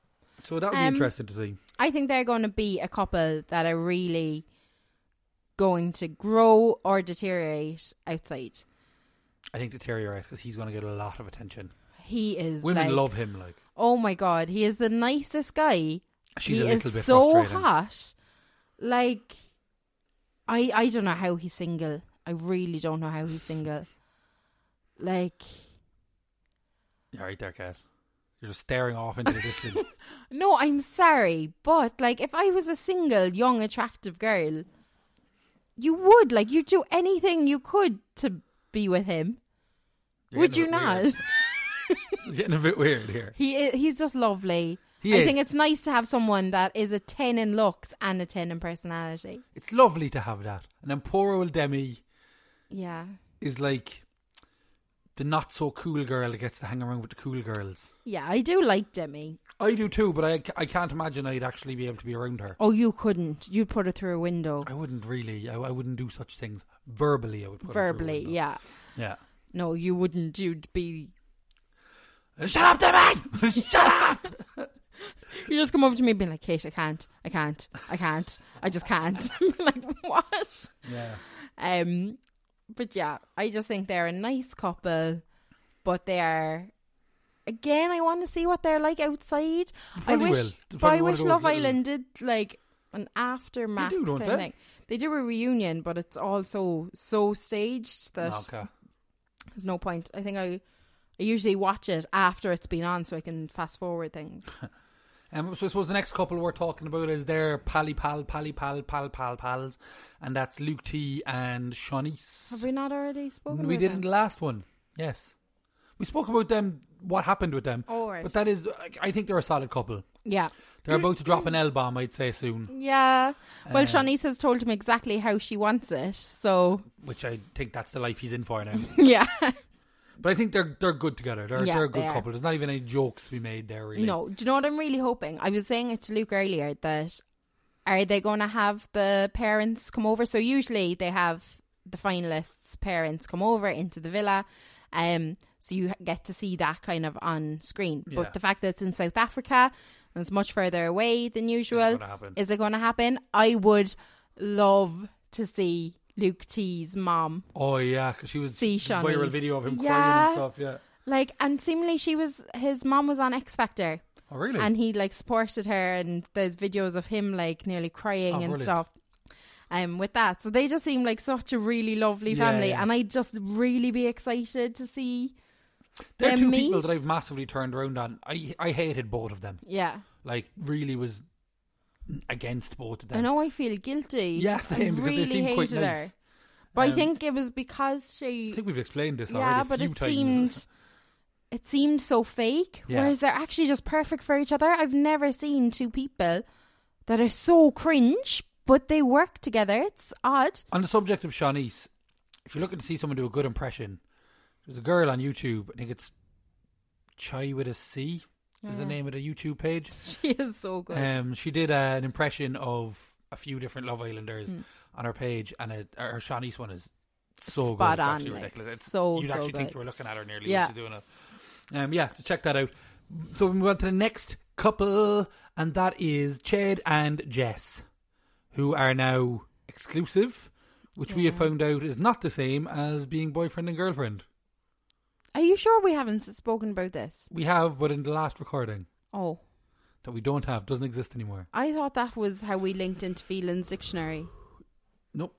Speaker 1: So that'll be
Speaker 2: Um,
Speaker 1: interesting to see.
Speaker 2: I think they're going to be a couple that are really going to grow or deteriorate outside.
Speaker 1: I think deteriorate because he's going to get a lot of attention.
Speaker 2: He is.
Speaker 1: Women
Speaker 2: like,
Speaker 1: love him. Like
Speaker 2: Oh my god, he is the nicest guy.
Speaker 1: she's
Speaker 2: he
Speaker 1: a little
Speaker 2: is
Speaker 1: bit
Speaker 2: so
Speaker 1: frustrating.
Speaker 2: hot. Like, I I don't know how he's single. I really don't know how he's single. Like,
Speaker 1: You're right there, Kat. You're just staring off into the distance.
Speaker 2: no, I'm sorry, but like, if I was a single, young, attractive girl, you would like you'd do anything you could to be with him,
Speaker 1: You're
Speaker 2: would you
Speaker 1: getting a bit
Speaker 2: not?
Speaker 1: weird. You're getting a bit weird here.
Speaker 2: He is, he's just lovely.
Speaker 1: He
Speaker 2: I
Speaker 1: is.
Speaker 2: think it's nice to have someone that is a 10 in looks and a 10 in personality.
Speaker 1: It's lovely to have that. An Emporio Demi
Speaker 2: Yeah.
Speaker 1: is like the not so cool girl that gets to hang around with the cool girls.
Speaker 2: Yeah, I do like Demi.
Speaker 1: I do too, but I, I can't imagine I'd actually be able to be around her.
Speaker 2: Oh, you couldn't. You'd put her through a window
Speaker 1: I wouldn't really. I, I wouldn't do such things verbally. I would put her through a
Speaker 2: verbally.
Speaker 1: window.
Speaker 2: Yeah.
Speaker 1: yeah.
Speaker 2: No, you wouldn't. You'd be.
Speaker 1: Shut up, Demi! Shut up!
Speaker 2: You just come over to me being like, Kate, I can't. I can't. I can't. I just can't. I'm like, what?
Speaker 1: Yeah.
Speaker 2: Um, but yeah, I just think they're a nice couple, but they are. Again, I want to see what they're like outside. I
Speaker 1: Probably
Speaker 2: wish,
Speaker 1: will. They're
Speaker 2: but
Speaker 1: probably
Speaker 2: I
Speaker 1: one of
Speaker 2: wish
Speaker 1: those
Speaker 2: Love
Speaker 1: little-
Speaker 2: Island did like an aftermath
Speaker 1: do, don't
Speaker 2: kind
Speaker 1: they?
Speaker 2: of thing. They do a reunion, but it's also so staged that
Speaker 1: Okay.
Speaker 2: there's no point. I think I, I usually watch it after it's been on, so I can fast forward things.
Speaker 1: Um, so I suppose the next couple we're talking about is their pally pal, pally pal, pal pal pals, and that's Luke T and Shaunice.
Speaker 2: Have we not already spoken?
Speaker 1: we
Speaker 2: about
Speaker 1: did in
Speaker 2: Them?
Speaker 1: the last one. Yes, we spoke about them. What happened with them?
Speaker 2: Oh, right.
Speaker 1: But that is, I- I think they're a solid couple.
Speaker 2: Yeah,
Speaker 1: They're about to drop an L bomb, I'd say soon,
Speaker 2: yeah. Well,
Speaker 1: Um,
Speaker 2: Shanice has told him exactly how she wants it, so
Speaker 1: which I think that's the life he's in for now.
Speaker 2: yeah.
Speaker 1: but I think they're they're good together. They're
Speaker 2: Yeah,
Speaker 1: they're a good
Speaker 2: they are.
Speaker 1: couple. There's not even any jokes to be made there. Really,
Speaker 2: No, do you know what I'm really hoping? I was saying it to Luke earlier that are they going to have the parents come over? So usually they have the finalists' parents come over into the villa, um, so you get to see that kind of on screen.
Speaker 1: Yeah.
Speaker 2: But the fact that it's in South Africa and it's much further away than usual,
Speaker 1: gonna happen.
Speaker 2: is it going to happen? I would love to see Luke T's mom
Speaker 1: Oh yeah, because she was
Speaker 2: See,
Speaker 1: the viral
Speaker 2: Shaunice.
Speaker 1: video of him
Speaker 2: Yeah.
Speaker 1: crying and stuff. Yeah.
Speaker 2: like, and seemingly she was his mom was on X Factor.
Speaker 1: Oh really?
Speaker 2: and he like supported her and there's videos of him like nearly crying
Speaker 1: Oh,
Speaker 2: and
Speaker 1: brilliant.
Speaker 2: stuff um with that so they just seem like such a really lovely
Speaker 1: Yeah,
Speaker 2: family
Speaker 1: yeah.
Speaker 2: and i'd just really be excited to see
Speaker 1: They're
Speaker 2: them
Speaker 1: two
Speaker 2: meet.
Speaker 1: people that I've massively turned around on. I I hated both of them.
Speaker 2: yeah
Speaker 1: Like really was against both of them.
Speaker 2: i know i feel guilty
Speaker 1: Yeah, same,
Speaker 2: i
Speaker 1: because
Speaker 2: really
Speaker 1: they seem
Speaker 2: hated
Speaker 1: quite
Speaker 2: her
Speaker 1: nice.
Speaker 2: but i
Speaker 1: Um,
Speaker 2: think it was because she
Speaker 1: I think we've explained this already
Speaker 2: yeah
Speaker 1: a
Speaker 2: but
Speaker 1: few
Speaker 2: it
Speaker 1: times.
Speaker 2: seemed it seemed so fake
Speaker 1: Yeah.
Speaker 2: whereas they're actually just perfect for each other i've never seen two people that are so cringe but they work together it's odd
Speaker 1: On the subject of Shaunice, if you're looking to see someone do a good impression, there's a girl on YouTube. I think it's Chai with a C is the name of the YouTube page.
Speaker 2: she is so good
Speaker 1: Um, she did uh, an impression of a few different Love Islanders
Speaker 2: Hmm.
Speaker 1: on her page, and it, her Shaunice one is so
Speaker 2: Spot
Speaker 1: good. It's
Speaker 2: on,
Speaker 1: actually
Speaker 2: like,
Speaker 1: ridiculous. It's,
Speaker 2: so,
Speaker 1: you'd
Speaker 2: so
Speaker 1: actually think
Speaker 2: good.
Speaker 1: you were looking at her nearly
Speaker 2: Yeah.
Speaker 1: when she's doing it. Um, yeah, to check that out. So we move on to the next couple, and that is Chad and Jess, who are now exclusive, which we have found out is not the same as being boyfriend and girlfriend.
Speaker 2: Are you sure we haven't s- spoken about this?
Speaker 1: We have, but in the last recording
Speaker 2: Oh,
Speaker 1: that we don't have doesn't exist anymore.
Speaker 2: I thought that was how we linked into Phelan's dictionary.
Speaker 1: Nope.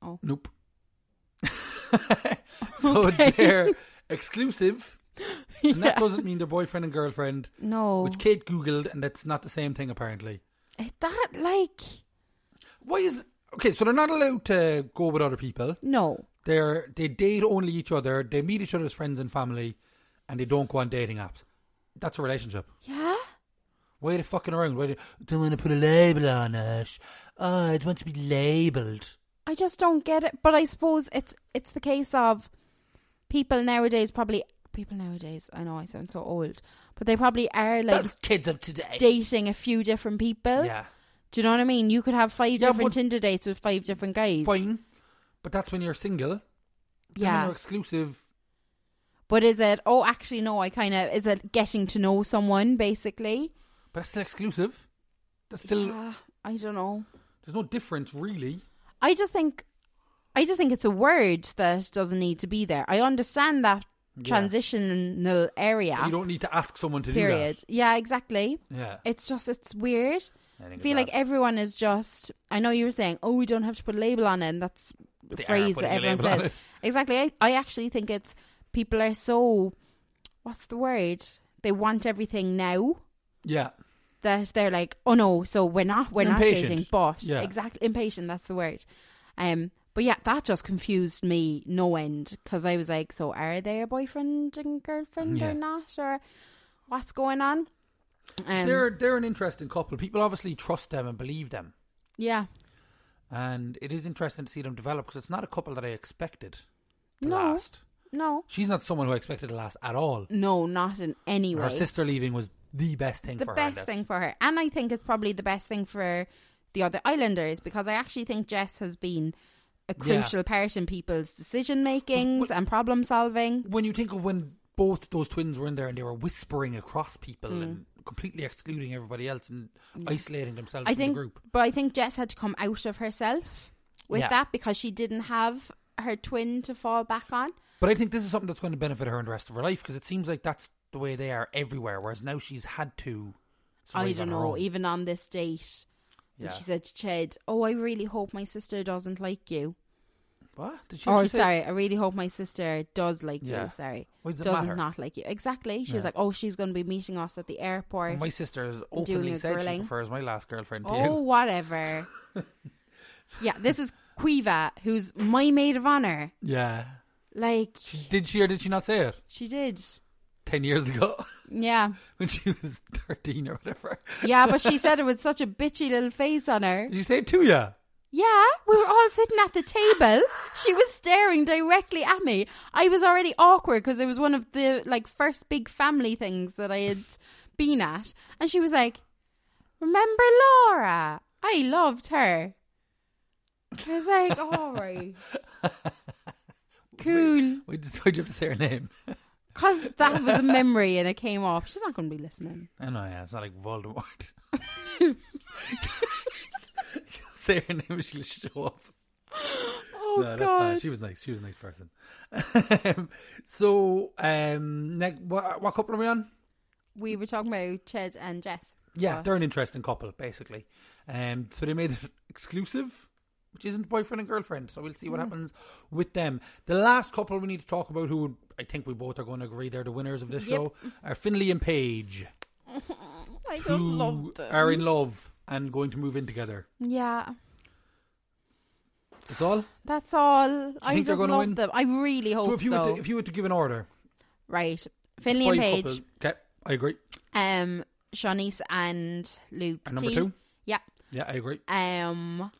Speaker 2: Oh.
Speaker 1: Nope. so
Speaker 2: Okay.
Speaker 1: they're exclusive. And that
Speaker 2: Yeah. Oh.
Speaker 1: doesn't mean they're boyfriend and girlfriend,
Speaker 2: No,
Speaker 1: which Kate Googled, and that's not the same thing, apparently.
Speaker 2: Is that like
Speaker 1: Why is. Okay, so they're not allowed to go with other people.
Speaker 2: no.
Speaker 1: They're, they date only each other, they meet each other as friends and family, and they don't go on dating apps. That's a relationship.
Speaker 2: Yeah,
Speaker 1: Why are they fucking around? Why do don't want to put a label on it. Oh, I don't want to be labelled.
Speaker 2: I just don't get it. But I suppose it's it's the case of people nowadays probably people nowadays. I know I sound so old, but they probably are like
Speaker 1: Those kids of today.
Speaker 2: dating a few different people.
Speaker 1: yeah.
Speaker 2: Do you know what I mean? You could have five
Speaker 1: Yeah, but-
Speaker 2: different Tinder dates with five different guys.
Speaker 1: fine, but that's when you're single. Yeah,
Speaker 2: Yeah,
Speaker 1: are exclusive.
Speaker 2: but is it? Oh, actually, no. I kind of is it getting to know someone basically?
Speaker 1: But that's still exclusive. That's still
Speaker 2: Yeah, I don't know.
Speaker 1: there's no difference really.
Speaker 2: Ah. I just think, I just think it's a word that doesn't need to be there. I understand that transitional area.
Speaker 1: You don't need to ask someone to
Speaker 2: period. Yeah, exactly.
Speaker 1: do that. Yeah,
Speaker 2: It's just it's weird.
Speaker 1: I
Speaker 2: I
Speaker 1: think
Speaker 2: feel like everyone is just. I know you were saying, oh, we don't have to put a label on it, and that's
Speaker 1: They are
Speaker 2: phrase that
Speaker 1: putting a
Speaker 2: everyone
Speaker 1: label on
Speaker 2: says.
Speaker 1: it.
Speaker 2: Exactly. I, I actually think it's people are so what's the word? They want everything now
Speaker 1: Yeah.
Speaker 2: that they're like, oh no, so we're not we're
Speaker 1: Impatient.
Speaker 2: not dating, but
Speaker 1: Yeah.
Speaker 2: exactly impatient. That's the word. Um, but yeah, that just confused me no end because I was like, so are they a boyfriend and girlfriend
Speaker 1: Yeah.
Speaker 2: or not, or what's going on? Um,
Speaker 1: they're they're an interesting couple. People obviously trust them and believe them,
Speaker 2: yeah,
Speaker 1: and it is interesting to see them develop because it's not a couple that I expected to
Speaker 2: No.
Speaker 1: last.
Speaker 2: no,
Speaker 1: She's not someone who I expected to last at all.
Speaker 2: no, not in any
Speaker 1: Her
Speaker 2: way.
Speaker 1: sister leaving was the best thing
Speaker 2: the
Speaker 1: for her. in
Speaker 2: best
Speaker 1: this.
Speaker 2: thing for her, and I think it's probably the best thing for the other Islanders because I actually think Jess has been a
Speaker 1: Yeah.
Speaker 2: crucial part in people's decision makings
Speaker 1: But-
Speaker 2: and problem solving.
Speaker 1: when you think of when both those twins were in there and they were whispering across people
Speaker 2: Hmm.
Speaker 1: and completely excluding everybody else and isolating themselves
Speaker 2: I
Speaker 1: from
Speaker 2: think,
Speaker 1: the group.
Speaker 2: but I think Jess had to come out of herself with
Speaker 1: Yeah.
Speaker 2: that because she didn't have her twin to fall back on.
Speaker 1: But I think this is something that's going to benefit her in the rest of her life because it seems like that's the way they are everywhere. Whereas now she's had to. survive
Speaker 2: I
Speaker 1: on
Speaker 2: don't
Speaker 1: her
Speaker 2: know,
Speaker 1: own.
Speaker 2: even on this date.
Speaker 1: Yeah.
Speaker 2: And she said to Ched, Oh, I really hope my sister doesn't like you.
Speaker 1: what? Did she?
Speaker 2: Or
Speaker 1: actually say-
Speaker 2: sorry, I really hope my sister does like
Speaker 1: Yeah.
Speaker 2: you. Sorry.
Speaker 1: Why does it
Speaker 2: doesn't
Speaker 1: matter?
Speaker 2: not like you. Exactly. She was
Speaker 1: Yeah.
Speaker 2: like, Oh, she's gonna be meeting us at the
Speaker 1: And
Speaker 2: airport.
Speaker 1: My sister has
Speaker 2: doing
Speaker 1: openly
Speaker 2: a
Speaker 1: said she
Speaker 2: grilling.
Speaker 1: prefers my last girlfriend to
Speaker 2: oh,
Speaker 1: you.
Speaker 2: whatever. yeah, this is Quiva, who's my maid of honor.
Speaker 1: Yeah.
Speaker 2: Like
Speaker 1: Did she or did she not say it?
Speaker 2: she did.
Speaker 1: Ten years ago
Speaker 2: Yeah.
Speaker 1: when she was 13 or whatever.
Speaker 2: Yeah, but she said it with such a bitchy little face on her.
Speaker 1: Did you say it to you?
Speaker 2: Yeah, we were all sitting at the table. She was staring directly at me. I was already awkward because it was one of the like first big family things that I had been at, and she was like, "Remember Laura? I loved her." I was like, "All right, cool,"
Speaker 1: We just told you to say her name.
Speaker 2: because that was a memory and it came off. She's not going to be listening.
Speaker 1: I know, Oh, yeah, it's not like Voldemort. Say her name, she'll show up.
Speaker 2: Oh
Speaker 1: no, that's fine.
Speaker 2: God!
Speaker 1: She was nice. She was a nice person. so, um, next, what, what couple are we on?
Speaker 2: We were talking about Ched and Jess.
Speaker 1: Yeah,
Speaker 2: Right.
Speaker 1: they're an interesting couple, basically. Um, so they made it exclusive, which isn't boyfriend and girlfriend. So we'll see what
Speaker 2: Mm.
Speaker 1: happens with them. The last couple we need to talk about, who I think we both are going to agree they're the winners of this
Speaker 2: Yep.
Speaker 1: show, are Finley and Paige,
Speaker 2: I just
Speaker 1: who
Speaker 2: loved them.
Speaker 1: are in love and going to move in together.
Speaker 2: Yeah,
Speaker 1: That's all.
Speaker 2: that's all. I
Speaker 1: think
Speaker 2: just
Speaker 1: they're
Speaker 2: love
Speaker 1: gonna win?
Speaker 2: them. I really hope
Speaker 1: So if
Speaker 2: so.
Speaker 1: you were to, if you were to give an order,
Speaker 2: right, Finley and Paige,
Speaker 1: Okay, I agree.
Speaker 2: um, Shanice and Luke.
Speaker 1: And number
Speaker 2: T.
Speaker 1: two?
Speaker 2: Yeah.
Speaker 1: Yeah, I agree.
Speaker 2: Um,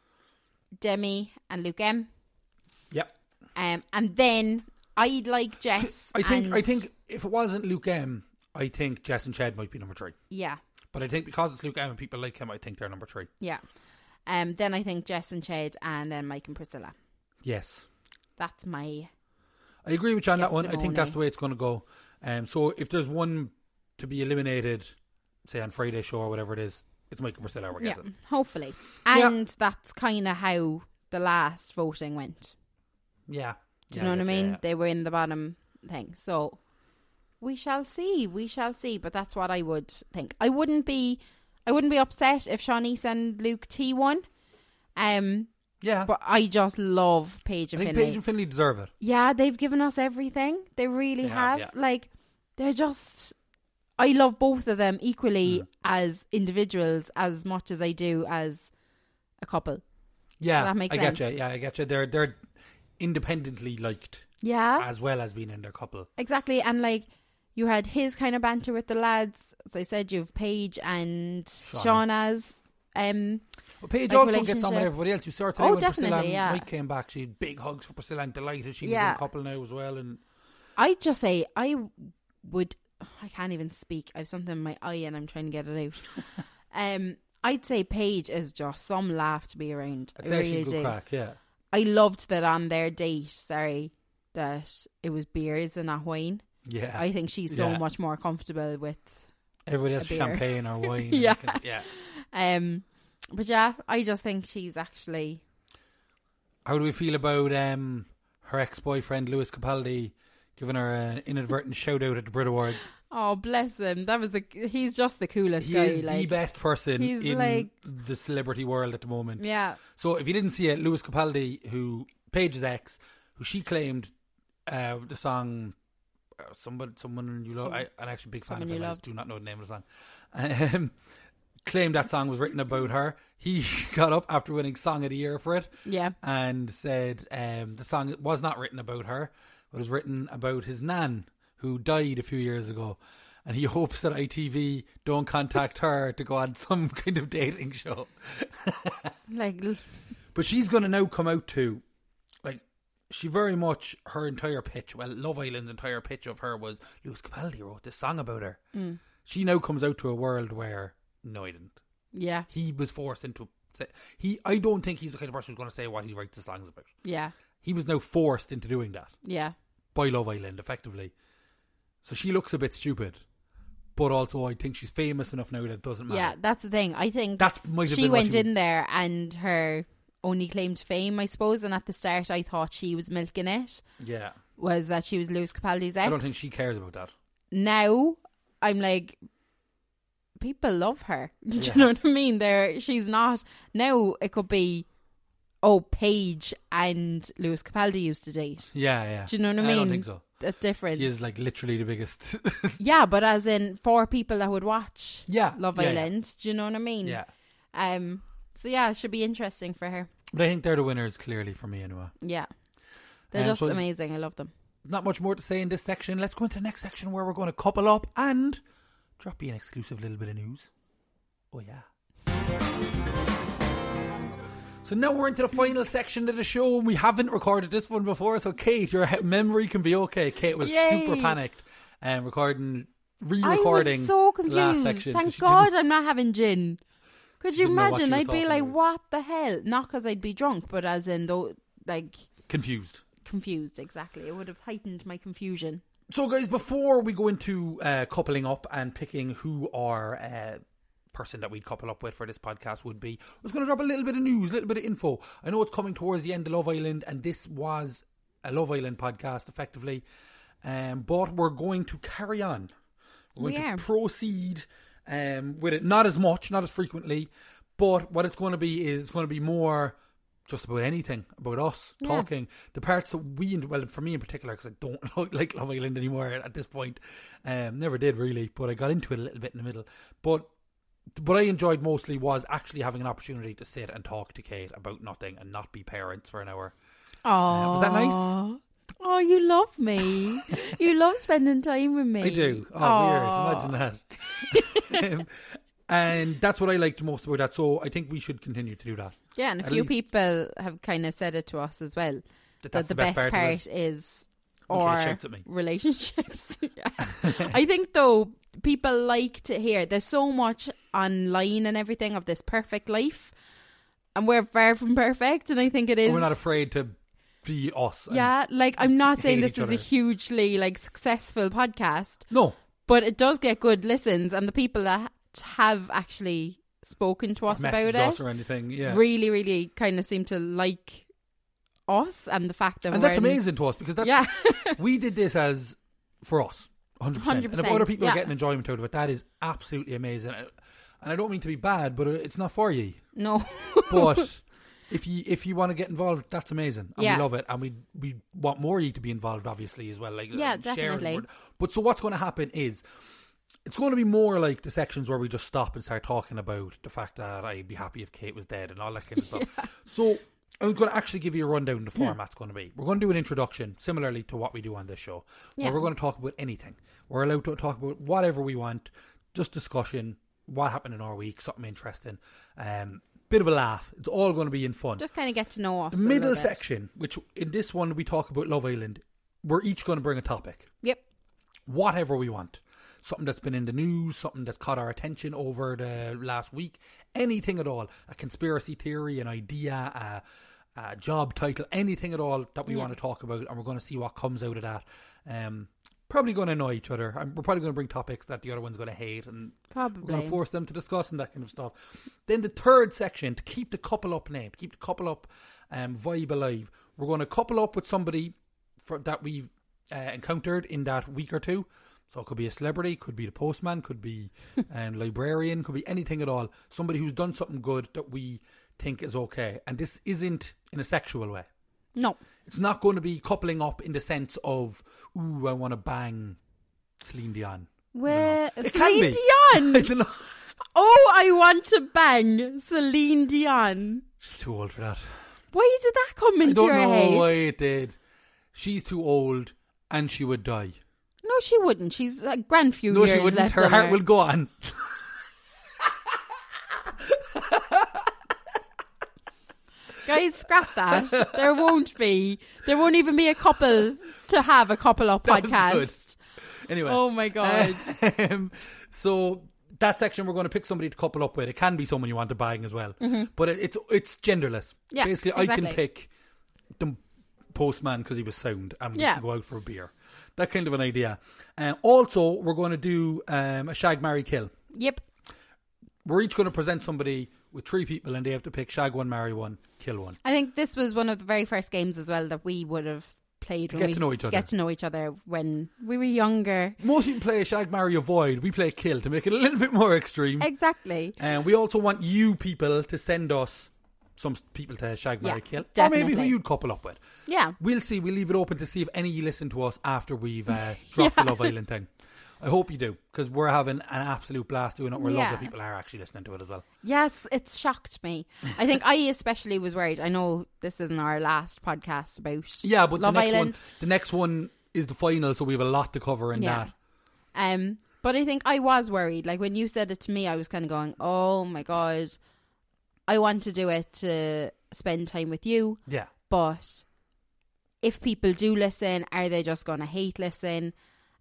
Speaker 2: Demi and Luke M.
Speaker 1: Yep.
Speaker 2: Um, and then I'd like Jess.
Speaker 1: I think
Speaker 2: and-
Speaker 1: I think if it wasn't Luke M, I think Jess and Chad might be number three.
Speaker 2: Yeah,
Speaker 1: But I think because it's Luke M and people like him, I think they're number three.
Speaker 2: yeah. Um, then I think Jess and Chad, and then Mike and Priscilla.
Speaker 1: Yes.
Speaker 2: That's my
Speaker 1: I agree with you on that one. I think
Speaker 2: Testimony.
Speaker 1: that's the way it's going to go. Um, so if there's one to be eliminated, say on Friday show or whatever it is, it's Michael Priscilla we're
Speaker 2: yeah.
Speaker 1: getting.
Speaker 2: Hopefully,
Speaker 1: Yeah.
Speaker 2: and that's kind of how the last voting went.
Speaker 1: Yeah.
Speaker 2: Do
Speaker 1: Yeah,
Speaker 2: you know what I
Speaker 1: yeah, yeah,
Speaker 2: mean?
Speaker 1: yeah.
Speaker 2: They were in the bottom thing. So we shall see. We shall see. But that's what I would think. I wouldn't be I wouldn't be upset if Shawnice and Luke T won. Um
Speaker 1: Yeah.
Speaker 2: but I just love Paige
Speaker 1: I
Speaker 2: and
Speaker 1: think
Speaker 2: Finley.
Speaker 1: Paige and Finley deserve it.
Speaker 2: yeah, they've given us everything. They really
Speaker 1: They have,
Speaker 2: have.
Speaker 1: yeah.
Speaker 2: Like they're just I love both of them
Speaker 1: Mm.
Speaker 2: equally as individuals as much as I do as a couple.
Speaker 1: Yeah.
Speaker 2: that makes
Speaker 1: I
Speaker 2: sense.
Speaker 1: get you. Yeah, I get you. They're they're independently liked
Speaker 2: Yeah.
Speaker 1: as well as being in their couple.
Speaker 2: Exactly, and like you had his kind of banter with the lads. As I said, you've Paige and
Speaker 1: Shauna.
Speaker 2: Shauna's. Um,
Speaker 1: But Paige
Speaker 2: like,
Speaker 1: also gets on with
Speaker 2: relationship.
Speaker 1: everybody else. You saw her today
Speaker 2: Oh,
Speaker 1: when Priscilla and
Speaker 2: definitely, yeah.
Speaker 1: Mike came back. She had big hugs for Priscilla and delighted she was
Speaker 2: Yeah.
Speaker 1: in a couple now as well. And
Speaker 2: I just say I would. I can't even speak. I have something in my eye, and I'm trying to get it out. um, I'd say Paige is just some laugh to be around.
Speaker 1: I'd
Speaker 2: I
Speaker 1: say
Speaker 2: really
Speaker 1: she's a good
Speaker 2: do.
Speaker 1: crack, yeah.
Speaker 2: I loved that on their date. Sorry, that it was beers and not wine.
Speaker 1: Yeah.
Speaker 2: I think she's so
Speaker 1: Yeah.
Speaker 2: much more comfortable with
Speaker 1: everybody else
Speaker 2: a beer.
Speaker 1: champagne or wine.
Speaker 2: Yeah.
Speaker 1: And I can- yeah.
Speaker 2: um. But yeah, I just think she's actually
Speaker 1: How do we feel about um, her ex boyfriend, Lewis Capaldi, giving her an inadvertent shout out at the Brit Awards?
Speaker 2: Oh, bless him. That was the. He's just the coolest
Speaker 1: He
Speaker 2: guy.
Speaker 1: is the
Speaker 2: like,
Speaker 1: best person
Speaker 2: he's
Speaker 1: in
Speaker 2: like-
Speaker 1: the celebrity world at the moment.
Speaker 2: yeah,
Speaker 1: So if you didn't see it, Lewis Capaldi, who Paige's ex, who she claimed uh, the song uh, "Somebody, Someone You Love." I, I'm actually a big fan of
Speaker 2: Someone
Speaker 1: him.
Speaker 2: You
Speaker 1: I just
Speaker 2: Loved.
Speaker 1: do not know the name of the song. Um, claimed that song was written about her. He got up after winning Song of the Year for it
Speaker 2: Yeah.
Speaker 1: and said um, the song was not written about her, but was written about his nan who died a few years ago. And he hopes that ITV don't contact her to go on some kind of dating show.
Speaker 2: Like, l-
Speaker 1: But she's going to now come out to, like, she very much, her entire pitch, well, Love Island's entire pitch of her was Lewis Capaldi wrote this song about her.
Speaker 2: mm,
Speaker 1: She now comes out to a world where, no, I didn't.
Speaker 2: yeah,
Speaker 1: He was forced into, he, I don't think he's the kind of person who's going to say what he writes the songs about.
Speaker 2: yeah,
Speaker 1: He was now forced into doing that
Speaker 2: yeah.
Speaker 1: by Love Island, effectively. So she looks a bit stupid, but also I think she's famous enough now that it doesn't matter.
Speaker 2: Yeah, that's the thing. I think
Speaker 1: That might have
Speaker 2: she
Speaker 1: been what
Speaker 2: went
Speaker 1: she was-
Speaker 2: in there and her only claim to fame, I suppose, and at the start I thought she was milking it,
Speaker 1: yeah.
Speaker 2: was that she was Lewis Capaldi's ex.
Speaker 1: I don't think she cares about that.
Speaker 2: now I'm like people love her. Do you know what I mean? There she's not now it could be oh Paige and Lewis Capaldi used to date.
Speaker 1: Yeah, yeah.
Speaker 2: Do you know what I mean?
Speaker 1: I don't think so.
Speaker 2: That's different.
Speaker 1: He is like literally the biggest.
Speaker 2: Yeah, but as in four people that would watch
Speaker 1: yeah,
Speaker 2: Love
Speaker 1: yeah, yeah.
Speaker 2: Island. Do you know what I mean?
Speaker 1: Yeah,
Speaker 2: Um so yeah, it should be interesting for her.
Speaker 1: but I think they're the winners clearly for me anyway.
Speaker 2: Yeah. They're
Speaker 1: Um,
Speaker 2: just
Speaker 1: so-
Speaker 2: amazing. I love them.
Speaker 1: Not much more to say in this section. Let's go into the next section where we're going to couple up and drop you an exclusive little bit of news. Oh yeah. So now we're into the final section of the show, and we haven't recorded this one before. So Kate, your he- memory can be okay. Kate was
Speaker 2: Yay.
Speaker 1: super panicked and recording, re-recording.
Speaker 2: I was so
Speaker 1: the
Speaker 2: confused.
Speaker 1: Last section 'cause
Speaker 2: Thank
Speaker 1: she didn't-
Speaker 2: God I'm not having gin. Could you
Speaker 1: didn't know what
Speaker 2: imagine?
Speaker 1: she was
Speaker 2: I'd be
Speaker 1: talking
Speaker 2: like,
Speaker 1: about.
Speaker 2: what the hell? Not because I'd be drunk, but as in though, like
Speaker 1: Confused.
Speaker 2: confused. Exactly. It would have heightened my confusion.
Speaker 1: So, guys, before we go into uh, coupling up and picking who our uh, person that we'd couple up with for this podcast would be, I was going to drop a little bit of news, a little bit of info. I know it's coming towards the end of Love Island, and this was a Love Island podcast, effectively. Um, but we're going to carry on. We're going
Speaker 2: We are.
Speaker 1: to proceed um, with it. Not as much, not as frequently, but what it's going to be is it's going to be more just about anything about us
Speaker 2: Yeah.
Speaker 1: talking the parts that we well for me in particular because I don't like, like Love Island anymore at this point um never did really but I got into it a little bit in the middle but what I enjoyed mostly was actually having an opportunity to sit and talk to Kate about nothing and not be parents for an hour
Speaker 2: Oh,
Speaker 1: was that nice?
Speaker 2: Oh, you love me. you love spending time with me.
Speaker 1: I do oh
Speaker 2: Aw.
Speaker 1: weird imagine that Um, and that's what I liked most about that so I think we should continue to do that
Speaker 2: Yeah, and a
Speaker 1: At
Speaker 2: few
Speaker 1: least-
Speaker 2: people have kind of said it to us as well.
Speaker 1: That
Speaker 2: That
Speaker 1: that's
Speaker 2: the, best,
Speaker 1: of it.
Speaker 2: part is
Speaker 1: Okay,
Speaker 2: or
Speaker 1: shouts at me.
Speaker 2: relationships. Yeah. I think though people like to hear there's so much online and everything of this perfect life, and we're far from perfect. And I think it is.
Speaker 1: we're not afraid to be us and-
Speaker 2: yeah, like I'm not saying
Speaker 1: hate
Speaker 2: this
Speaker 1: each
Speaker 2: is a
Speaker 1: other.
Speaker 2: hugely like successful podcast,
Speaker 1: no
Speaker 2: but it does get good listens, and the people that have actually spoken to us
Speaker 1: message
Speaker 2: about
Speaker 1: us
Speaker 2: it
Speaker 1: or anything yeah
Speaker 2: really, really kind of seem to like us and the fact that
Speaker 1: and
Speaker 2: we're
Speaker 1: that's
Speaker 2: in-
Speaker 1: amazing to us because that's
Speaker 2: Yeah,
Speaker 1: we did this as for us 100%, and if
Speaker 2: 100%,
Speaker 1: other people
Speaker 2: yeah.
Speaker 1: are getting enjoyment out of it that is absolutely amazing and i don't mean to be bad but it's not for you
Speaker 2: no,
Speaker 1: but if you if you want to get involved that's amazing and
Speaker 2: Yeah.
Speaker 1: we love it and we we want more of you to be involved obviously as well like
Speaker 2: Yeah,
Speaker 1: like, share and
Speaker 2: definitely.
Speaker 1: word. but so what's going to happen is it's going to be more like the sections where we just stop and start talking about the fact that I'd be happy if Kate was dead and all that kind of stuff. So I'm going to actually give you a rundown of the format's going to be. We're going to do an introduction similarly to what we do on this show,
Speaker 2: Yeah.
Speaker 1: where we're going to talk about anything. We're allowed to talk about whatever we want, just discussion, what happened in our week, something interesting, um, bit of a laugh. It's all going to be in fun.
Speaker 2: just kind of get to know us.
Speaker 1: the
Speaker 2: a little
Speaker 1: middle
Speaker 2: bit.
Speaker 1: section, which in this one we talk about Love Island, we're each going to bring a topic
Speaker 2: Yep.
Speaker 1: whatever we want. Something that's been in the news, something that's caught our attention over the last week, anything at all. A conspiracy theory, an idea, a, a job title, anything at all that we want to talk about, and we're going to see what comes out of that. Um, probably going to annoy each other. Um, We're probably going to bring topics that the other one's going to hate, and we're going
Speaker 2: Probably.
Speaker 1: to force them to discuss and that kind of stuff. Then the third section to keep the couple up name, to keep the couple up um, vibe alive. We're going to couple up with somebody for, that we've uh, encountered in that week or two. So it could be a celebrity, could be the postman, could be um, librarian, could be anything at all. Somebody who's done something good that we think is okay, and this isn't in a sexual way.
Speaker 2: No.
Speaker 1: It's not going to be coupling up in the sense of, ooh, I want to bang Celine Dion.
Speaker 2: Well,
Speaker 1: It can
Speaker 2: Celine
Speaker 1: be. I
Speaker 2: Dion.
Speaker 1: don't know.
Speaker 2: oh, I want to bang Celine Dion.
Speaker 1: She's too old for that.
Speaker 2: Why did that come
Speaker 1: I
Speaker 2: into
Speaker 1: don't
Speaker 2: your
Speaker 1: know
Speaker 2: head?
Speaker 1: why it did. She's too old and she would die.
Speaker 2: No, she wouldn't. She's a grand few
Speaker 1: No,
Speaker 2: years
Speaker 1: she wouldn't.
Speaker 2: left.
Speaker 1: Her
Speaker 2: on
Speaker 1: heart will go on.
Speaker 2: Guys, scrap that. There won't be. There won't even be a couple to have a couple up
Speaker 1: That was
Speaker 2: podcast.
Speaker 1: Anyway.
Speaker 2: Oh my god.
Speaker 1: Um, so that section we're going to pick somebody to couple up with. It can be someone you want to bang as well, but it, it's it's genderless.
Speaker 2: Mm-hmm. Yeah,
Speaker 1: basically, I
Speaker 2: exactly.
Speaker 1: can pick the postman because he was sound, and we
Speaker 2: Yeah.
Speaker 1: can go out for a beer. That kind of an idea. Uh, also, we're going to do um, a shag, marry, kill.
Speaker 2: yep.
Speaker 1: We're each going to present somebody with three people, and they have to pick shag one, marry one, kill one.
Speaker 2: I think this was one of the very first games as well that we would have played
Speaker 1: To
Speaker 2: when
Speaker 1: get
Speaker 2: we
Speaker 1: to know each other.
Speaker 2: get to know each other when we were younger.
Speaker 1: Most people play shag, marry, avoid. We play kill to make it a little bit more extreme.
Speaker 2: Exactly.
Speaker 1: And we also want you people to send us some s- people to shag, marry,
Speaker 2: Yeah,
Speaker 1: kill, or maybe
Speaker 2: definitely.
Speaker 1: who you'd couple up with.
Speaker 2: Yeah.
Speaker 1: We'll see. We'll leave it open to see if any you listen to us after we've uh, dropped the Love Island thing. I hope you do because we're having an absolute blast doing it. We're lots
Speaker 2: Yeah.
Speaker 1: of people are actually listening to it as well.
Speaker 2: Yeah, it's, it's shocked me. I think I especially was worried. I know this isn't our last podcast about
Speaker 1: Yeah, but
Speaker 2: Love
Speaker 1: the next
Speaker 2: Island.
Speaker 1: one, the next one is the final, so we have a lot to cover in
Speaker 2: Yeah.
Speaker 1: that.
Speaker 2: Um, but I think I was worried. Like when you said it to me, I was kind of going, "Oh my god, I want to do it to spend time with you."
Speaker 1: Yeah,
Speaker 2: But if people do listen, are they just going to hate listen?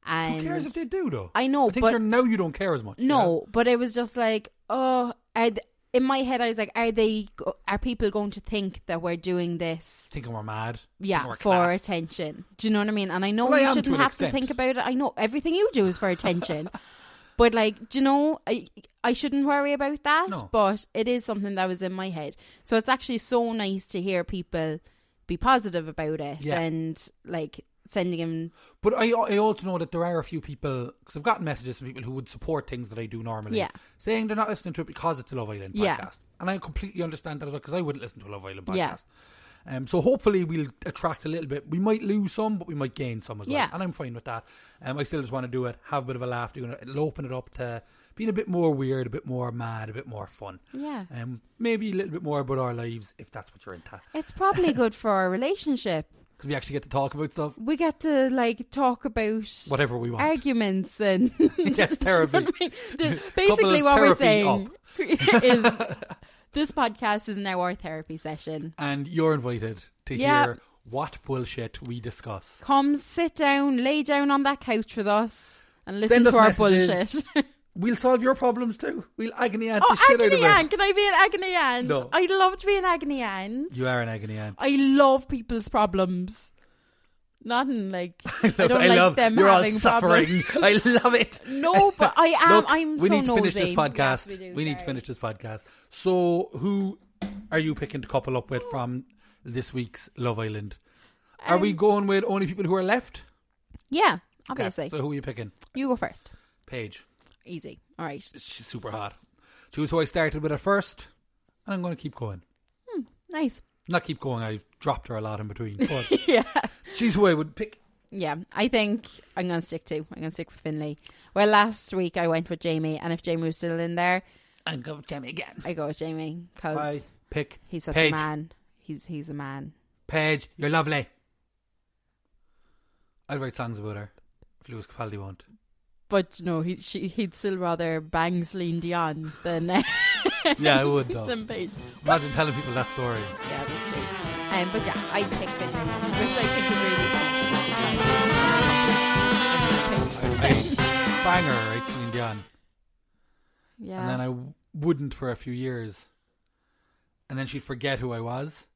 Speaker 2: And
Speaker 1: who cares if they do though?
Speaker 2: I know,
Speaker 1: I think
Speaker 2: but
Speaker 1: you're, now you don't care as much. you know?
Speaker 2: no, but it was just like, oh, are th- in my head, I was like, are they? go- Are people going to think that we're doing this?
Speaker 1: thinking we're mad.
Speaker 2: Yeah,
Speaker 1: thinking we're
Speaker 2: for
Speaker 1: class.
Speaker 2: attention. Do you know what I mean? And I know
Speaker 1: Well, I
Speaker 2: you
Speaker 1: am to
Speaker 2: shouldn't
Speaker 1: an
Speaker 2: have
Speaker 1: extent.
Speaker 2: to think about it. I know everything you do is for attention. but like, do you know? I I shouldn't worry about that.
Speaker 1: No.
Speaker 2: But it is something that was in my head. So it's actually so nice to hear people be positive about it
Speaker 1: Yeah.
Speaker 2: and like sending him.
Speaker 1: But I, I also know that there are a few people because I've gotten messages from people who would support things that I do normally,
Speaker 2: Yeah.
Speaker 1: saying they're not listening to it because it's a Love Island podcast,
Speaker 2: Yeah.
Speaker 1: and I completely understand that as well because I wouldn't listen to a Love Island podcast.
Speaker 2: Yeah.
Speaker 1: Um, so hopefully we'll attract a little bit. We might lose some, but we might gain some as well,
Speaker 2: Yeah.
Speaker 1: and I'm fine with that. Um, I still just want to do it, have a bit of a laugh doing it. It'll open it up to being a bit more weird, a bit more mad, a bit more fun.
Speaker 2: Yeah.
Speaker 1: Um, maybe a little bit more about our lives if that's what you're into,
Speaker 2: It's probably good for our relationship.
Speaker 1: because we actually get to talk about stuff,
Speaker 2: We get to like talk about
Speaker 1: whatever we want.
Speaker 2: arguments and
Speaker 1: Yes,
Speaker 2: Do you know what
Speaker 1: therapy.
Speaker 2: I mean? The- basically,
Speaker 1: Couples
Speaker 2: what we're
Speaker 1: therapy
Speaker 2: saying is this podcast is now our therapy session.
Speaker 1: and you're invited to
Speaker 2: Yeah.
Speaker 1: hear what bullshit we discuss.
Speaker 2: Come sit down, lay down on that couch with us, and listen
Speaker 1: Send us
Speaker 2: to our
Speaker 1: messages.
Speaker 2: bullshit.
Speaker 1: We'll solve your problems too. We'll agony aunt the
Speaker 2: oh,
Speaker 1: shit
Speaker 2: agony
Speaker 1: out of
Speaker 2: aunt!
Speaker 1: it.
Speaker 2: Can I be an agony aunt?
Speaker 1: No.
Speaker 2: I love to be an agony aunt.
Speaker 1: You are an agony aunt.
Speaker 2: I love people's problems. Not in like I, don't like
Speaker 1: love
Speaker 2: them
Speaker 1: you're all
Speaker 2: having problems.
Speaker 1: suffering. I love it.
Speaker 2: No, but I am.
Speaker 1: Look,
Speaker 2: I'm
Speaker 1: we
Speaker 2: so
Speaker 1: need to
Speaker 2: nosy.
Speaker 1: finish this podcast.
Speaker 2: Yes, we do,
Speaker 1: need to
Speaker 2: sorry.
Speaker 1: finish this podcast. So, who are you picking to couple up with from this week's Love Island? Are
Speaker 2: Um,
Speaker 1: we going with only people who are left?
Speaker 2: Yeah,
Speaker 1: Okay,
Speaker 2: obviously.
Speaker 1: So, who are you picking?
Speaker 2: you go first.
Speaker 1: Paige.
Speaker 2: Easy. All right.
Speaker 1: She's super hot. She was who I started with at first, and I'm going to keep going.
Speaker 2: Nice.
Speaker 1: Not keep going. I dropped her a lot in between. But
Speaker 2: Yeah.
Speaker 1: she's who I would pick.
Speaker 2: Yeah. I think I'm going to stick to. I'm going to stick with Finley. Well, last week I went with Jamie, and if Jamie was still in there,
Speaker 1: And go with Jamie again.
Speaker 2: I go with Jamie
Speaker 1: I
Speaker 2: because
Speaker 1: pick
Speaker 2: he's such
Speaker 1: Paige.
Speaker 2: a man. He's he's a man.
Speaker 1: Paige, you're lovely. I'd write songs about her. If Lewis Capaldi won't.
Speaker 2: But no, he she, he'd still rather bang Celine Dion than uh,
Speaker 1: Yeah, I would though.
Speaker 2: than Paige.
Speaker 1: Imagine telling people that story.
Speaker 2: Yeah, that's true. Um, but yeah, I pick Finley, which I think is really.
Speaker 1: I, I bang her, right, Celine Dion.
Speaker 2: Yeah.
Speaker 1: And then I w- wouldn't for a few years. And then she'd forget who I was.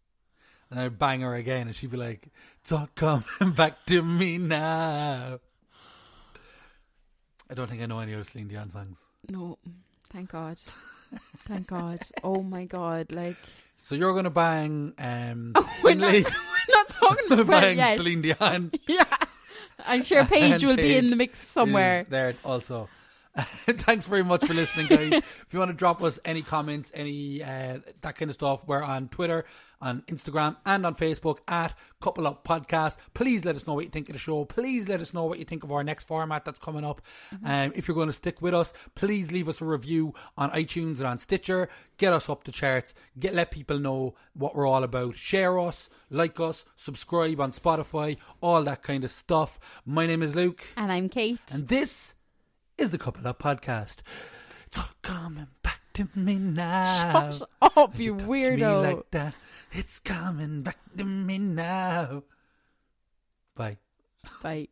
Speaker 1: And I'd bang her again and she'd be like, It's all coming back to me now. I don't think I know any other Celine Dion songs.
Speaker 2: No, thank God. Thank God. Oh my God. Like,
Speaker 1: So you're gonna bang um
Speaker 2: Oh, we're not,
Speaker 1: Finlay,
Speaker 2: we're not talking
Speaker 1: gonna
Speaker 2: about well,
Speaker 1: bang
Speaker 2: yes.
Speaker 1: Celine Dion
Speaker 2: Yeah. I'm sure Paige
Speaker 1: And
Speaker 2: will be in
Speaker 1: Paige
Speaker 2: the mix somewhere.
Speaker 1: is there also. Thanks very much for listening, guys. if you want to drop us any comments, any uh, that kind of stuff, we're on Twitter, on Instagram, and on Facebook at Couple Up Podcast. Please let us know what you think of the show. Please let us know what you think of our next format that's coming up. Um, if you're going to stick with us, please leave us a review on iTunes and on Stitcher. Get us up the charts. Get let people know what we're all about. Share us, like us, subscribe on Spotify, all that kind of stuff. My name is Luke.
Speaker 2: And I'm Kate.
Speaker 1: And this is the Couple Up Podcast. It's all coming back to me now.
Speaker 2: Shut up,
Speaker 1: If
Speaker 2: you
Speaker 1: touch
Speaker 2: weirdo.
Speaker 1: Me like that. It's coming back to me now. Bye.
Speaker 2: Bye.